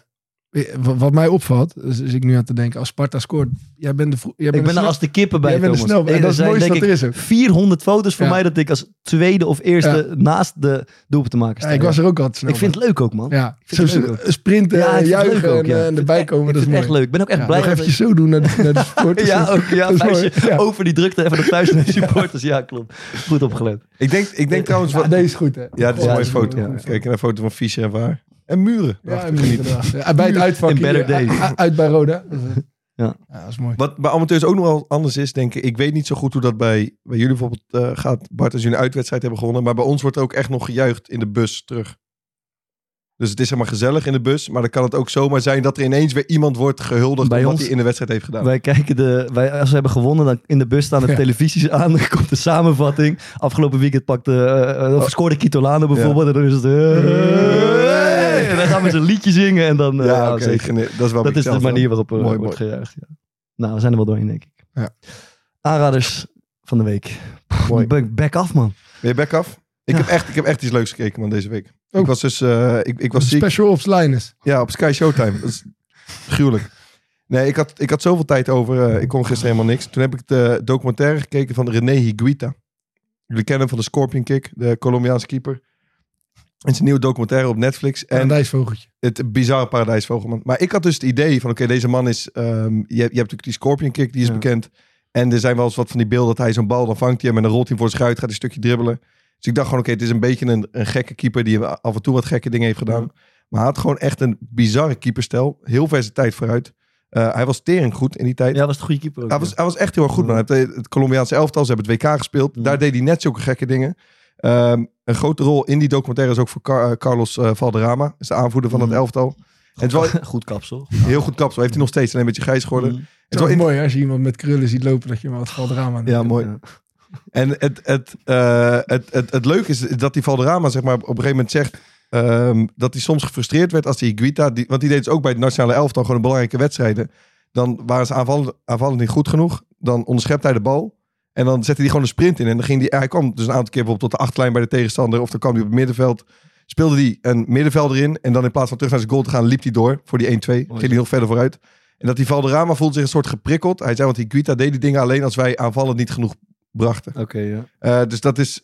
wat wat mij opvalt, is, is ik nu aan te denken, als Sparta scoort, jij bent de vro- jij
Ik
bent de
ben er
snel-
als de kippen bij,
Jij bent er
Thomas.
snel bij.
Er
Dat is het
zijn,
mooiste
denk
wat
ik,
er is ook.
400 foto's van
Ja.
mij dat ik als tweede of eerste naast de doelpunt te maken sta.
Ja, ik
Ja.
was er ook altijd snel
ik vind het leuk ook, man.
Ja,
vind het
zo
leuk ook.
sprinten,
Ja, ik
en
vind het leuk
juichen
ook,
en,
ja.
eh, en erbij komen.
ik
Dat
vind het
is mooi.
echt leuk. Ik ben ook echt
Ja,
blij.
nog
dat
eventjes zo doen naar de,
*laughs*
naar de
*laughs*
supporters.
Ja, ook, ja,
Dat is mooi.
vuistje
Oh,
Ja.
over die drukte even de
*laughs*
vuist naar de supporters. Ja, klopt. Goed opgelet.
Ik denk, ik denk trouwens...
Ja,
Wat,
deze is goed, hè?
Ja, het is
Ja,
een mooie
het is
foto.
een mooie foto.
Kijk naar een foto van Fischer en Waar. En muren.
Ja,
Prachtig.
inderdaad. Ja, bij het uitvak
In better
hier,
days.
u- u- uit bij
*laughs*
Roda.
Ja.
dat is mooi.
Wat bij amateurs ook nog wel anders is, denk ik. Ik weet niet zo goed hoe dat bij, bij jullie bijvoorbeeld eh, gaat. Bart, als jullie een uitwedstrijd hebben gewonnen. Maar bij ons wordt er ook echt nog gejuicht in de bus terug. Dus het is zeg maar gezellig in de bus. Maar dan kan het ook zomaar zijn dat er ineens weer iemand wordt gehuldigd.
Bij
omdat
ons-
hij in de wedstrijd heeft gedaan.
Wij kijken de, wij, als we hebben gewonnen, dan in de bus
*laughs*
staan de
Ja.
televisies aan. Dan komt de samenvatting. Afgelopen weekend pakte, eh,
Oh.
eh, of scoorde Kitolano bijvoorbeeld. En dan is het... eh, en dan gaan we ze een liedje zingen. En dan, eh,
ja,
nou,
oké.
zeker.
gene- Dat is wel
Dat is de
hetzelfde.
manier waarop er
Mooi,
wordt gejuicht. Ja. Nou, we zijn er wel doorheen, denk ik.
Ja.
Aanraders van de week. Pff,
Mooi.
Back, back af, man.
Ben je back af? Ik,
Ja.
heb echt, ik heb echt iets leuks gekeken man deze week.
Oh.
Ik was dus eh, ik, ik was ziek.
Special Ops Linus.
Ja, op Sky Showtime. Dat is gruwelijk. Nee, ik had, ik had zoveel tijd over. eh, ik kon gisteren helemaal niks. Toen heb ik de documentaire gekeken van René Higuita. Jullie kennen hem van de Scorpion Kick, de Colombiaanse keeper. Het is een nieuwe documentaire op Netflix.
En
En
hij is vogeltje.
het bizarre paradijsvogelman. Maar ik had dus het idee van, oké, deze man is... ehm, je, hebt- je hebt natuurlijk die Scorpion Kick, die is
Ja.
bekend. En er zijn wel eens wat van die beelden dat hij zo'n bal, dan vangt hij hem en dan rolt hij hem voor zijn schuit, gaat hij een stukje dribbelen. Dus ik dacht gewoon, oké, het is een beetje een, een gekke keeper die af en toe wat gekke dingen heeft gedaan. Maar hij had gewoon echt een bizarre keeperstijl. Heel ver zijn tijd vooruit. Eh, hij was tering goed in die tijd.
Ja, was de goede keeper ook.
Hij
ja.
was, hij was echt heel erg goed, man. Hij heeft eh, het Colombiaanse elftal, ze hebben het WK gespeeld.
Ja.
Daar deed hij net zulke gekke dingen. Ehm, een grote rol in die documentaire is ook voor Car- eh, Carlos eh, Valderrama. is de aanvoerder van dat
Ja.
elftal. En het is wel
Goed kapsel.
heel goed kapsel. Heeft hij nog steeds alleen een beetje grijs geworden.
Mm.
Het
Het is
is
wel
wel
in-
mooi hè, als je iemand met krullen ziet lopen dat je hem wat valt raam aan.
Ja, mooi.
Ja.
En het, het, eh, het, het, het leuke is dat die Valderrama zeg maar, op een gegeven moment zegt... ehm, dat hij soms gefrustreerd werd als die Guita... Die, want die deed dus ook bij het nationale elftal gewoon een belangrijke wedstrijden. Dan waren ze aanvallend, aanvallend niet goed genoeg. Dan onderschept hij de bal. En dan zette hij gewoon een sprint in. En dan ging die, hij kwam dus een aantal keer bijvoorbeeld tot de achtlijn bij de tegenstander. Of dan kwam hij op het middenveld. Speelde hij een middenvelder in. En dan in plaats van terug naar zijn goal te gaan, liep hij door voor die 1-2. Ging hij nog verder vooruit. En dat die Valderrama voelde zich een soort geprikkeld. Hij zei, want die Guita deed die dingen alleen als wij aanvallend niet genoeg brachten.
Oké, ja.
Eh, dus dat is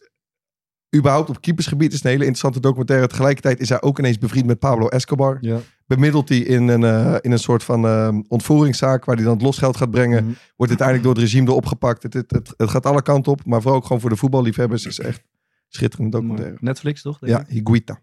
überhaupt op keepersgebied is een hele interessante documentaire. Tegelijkertijd is hij ook ineens bevriend met Pablo Escobar.
Ja.
Bemiddelt hij in een, eh, in een soort van eh, ontvoeringszaak waar hij dan het losgeld gaat brengen.
Mhm.
Wordt uiteindelijk door het regime erop gepakt. Het, het, het, het gaat alle kanten op, maar vooral ook gewoon voor de voetballiefhebbers is echt schitterende
Mooi.
documentaire.
Netflix, toch? denk
Ja,
ik?
Higuita.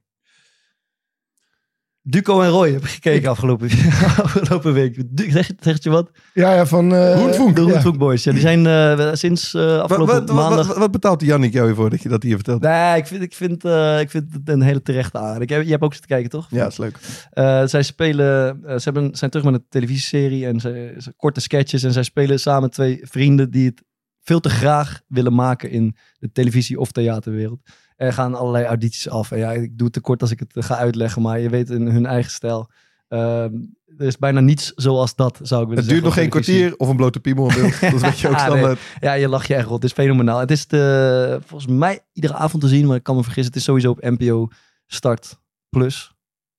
Duco en Roy heb ik gekeken afgelopen, *laughs* afgelopen week. Du- zeg, zegt je wat?
ja, ja, van... eh,
De
ja.
Roentvonk Boys. Ja, die zijn eh, sinds eh,
Wat,
afgelopen
wat, wat,
maandag...
wat, wat betaalt Jannik jou hiervoor dat je dat hier vertelt?
Nee, ik vind, ik, vind, eh, ik vind het een hele terechte aan. Ik heb, je hebt ook zitten kijken, toch?
Ja, dat is leuk.
Eh, zij spelen, eh, ze hebben, zijn terug met een televisieserie en ze, ze- korte sketches. En zij spelen samen twee vrienden die het veel te graag willen maken in de televisie- of theaterwereld. Er gaan allerlei audities af. En ja, ik doe het te kort als ik het eh, ga uitleggen, maar je weet in hun eigen stijl. Ehm, er is bijna niets zoals dat, zou ik willen
Het duurt nog geen
zeggen, op televisie.
kwartier of een blote piemel in beeld. Dat weet je ook
Ah,
standaard.
Ja, je lacht je echt rot. Het is fenomenaal. Het is de, volgens mij iedere avond te zien, maar ik kan me vergissen. Het is sowieso op NPO Start Plus.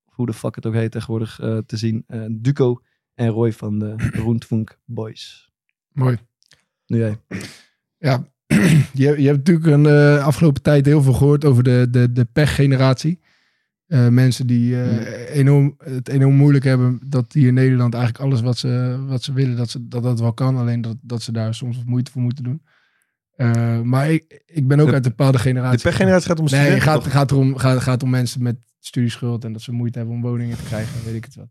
Of hoe de fuck het ook heet tegenwoordig eh, te zien. Eh, Duco en Roy van de
*clears throat*
Roentfunk Boys.
Mooi.
Nu jij.
Ja, je, je hebt natuurlijk een eh, afgelopen tijd heel veel gehoord over de, de, de pechgeneratie. Eh, mensen die eh, enorm, het enorm moeilijk hebben dat hier in Nederland eigenlijk alles wat ze, wat ze willen, dat, ze, dat dat wel kan. Alleen dat, dat ze daar soms wat moeite voor moeten doen. Eh, maar ik, ik ben ook
De-
uit een bepaalde generatie.
De pechgeneratie gaat om
Nee,
studenten,
het gaat,
toch?
gaat, erom, gaat, gaat om mensen met studieschuld en dat ze moeite hebben om woningen te krijgen, weet ik het wel.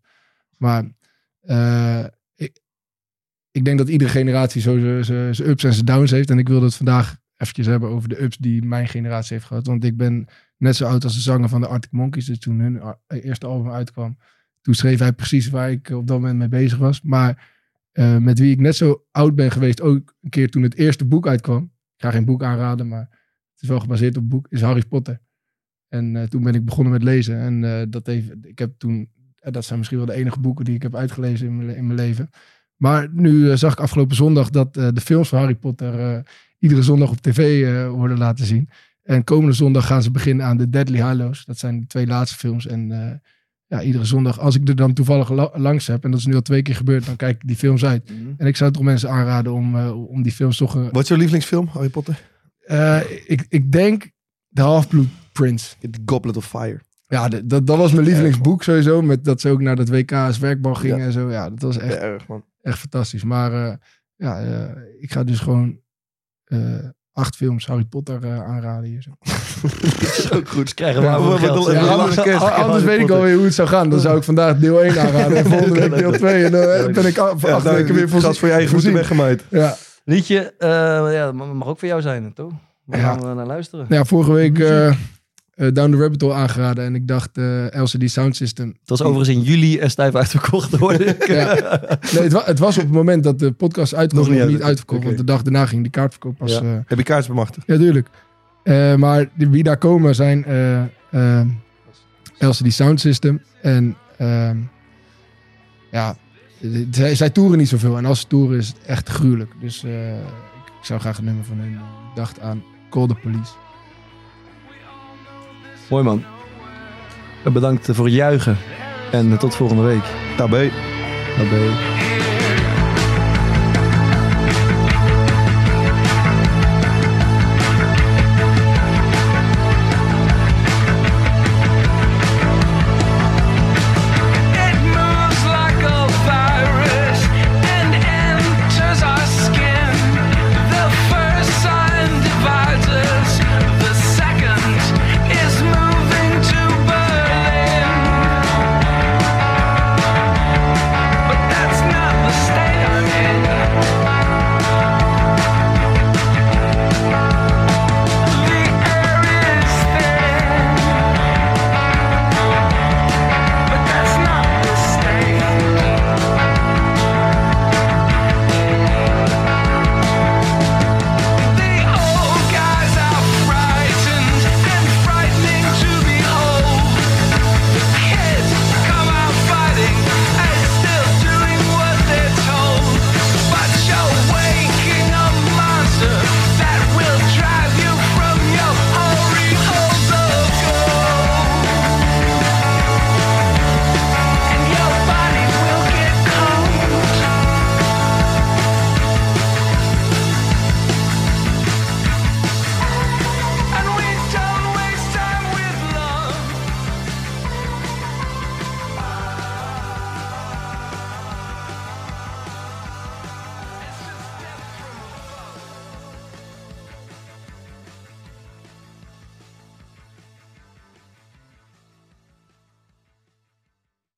Maar eh, ik, ik denk dat iedere generatie zo zijn- zijn zijn ups en zijn downs heeft. En ik wil het vandaag eventjes hebben over de ups die mijn generatie heeft gehad. Want ik ben net zo oud als de zanger van de Arctic Monkeys. Dus toen hun a- eerste album uitkwam, toen schreef hij precies waar ik op dat moment mee bezig was. Maar eh, met wie ik net zo oud ben geweest, ook een keer toen het eerste boek uitkwam. Ik ga geen boek aanraden, maar het is wel gebaseerd op een boek, is Harry Potter. En eh, toen ben ik begonnen met lezen. En eh, dat heeft, ik heb toen, eh, dat zijn misschien wel de enige boeken die ik heb uitgelezen in mijn, le- in mijn leven. Maar nu eh, zag ik afgelopen zondag dat eh, de films van Harry Potter eh, iedere zondag op tv eh, worden laten zien. En komende zondag gaan ze beginnen aan de Deadly Hallows. Dat zijn de twee laatste films. En eh, ja, iedere zondag, als ik er dan toevallig la- langs heb, en dat is nu al twee keer gebeurd, dan kijk ik die films uit. En ik zou toch mensen aanraden om, eh, om die films toch een-
Wat is jouw lievelingsfilm, Harry Potter?
eh, ik, ik denk de Half-Blood Prince.
The Goblet of Fire.
Ja, de- dat, dat was mijn lievelingsboek sowieso. Met dat ze ook naar dat WK als werkbal gingen en zo. Ja, dat was echt,
Erg, man.
echt fantastisch. Maar eh, ja, eh, ik ga dus gewoon eh, acht films Harry Potter eh, aanraden hier. Zo.
Ook goed.
Krijgen
we Ja, oude we- we- geld. we- we-
Ja,
lange
anders
kerst,
a-
geen
anders
Harry
weet ik
Potter.
alweer hoe het zou gaan. Dan zou ik vandaag deel
*laughs*
1 aanraden en volgende
Kan
week deel
ook.
2. En dan eh,
ook.
ben ik af,
Ja,
acht
daar heb
weken
je
weer
weer
voor
gas voor je eigen voeten
voorzien.
weggemaaid.
Ja.
Liedje, eh, ja, dat ma- mag ook voor jou zijn, toch? Waar
Ja.
gaan we naar luisteren?
Nou ja, vorige week eh, eh, Down the Rabbit Hole aangeraden. En ik dacht eh, LCD Sound System.
Het was overigens in juli en stijf uitverkocht, hoorde
*laughs*
ik.
Ja. Nee, het, wa- het was op het moment dat de podcast uitkwam nog
Nog
niet,
niet
niet
uit-
uitverkocht.
oké.
Want de dag daarna ging de kaartverkoop pas...
Ja.
Ja,
Heb je kaartjes bemachtigd?
ja tuurlijk. Eh, maar die- wie daar komen zijn eh eh, LCD Sound System. En ehm, ja, de- zij, zij toeren niet zoveel. En als ze toeren is het echt gruwelijk. Dus eh, ik, ik zou graag een nummer van hen. Ik dacht aan Call the Police.
Mooi man. Eh, Bedankt voor het juichen. En tot eh, volgende week.
Nou, Tabé.
Daarbij.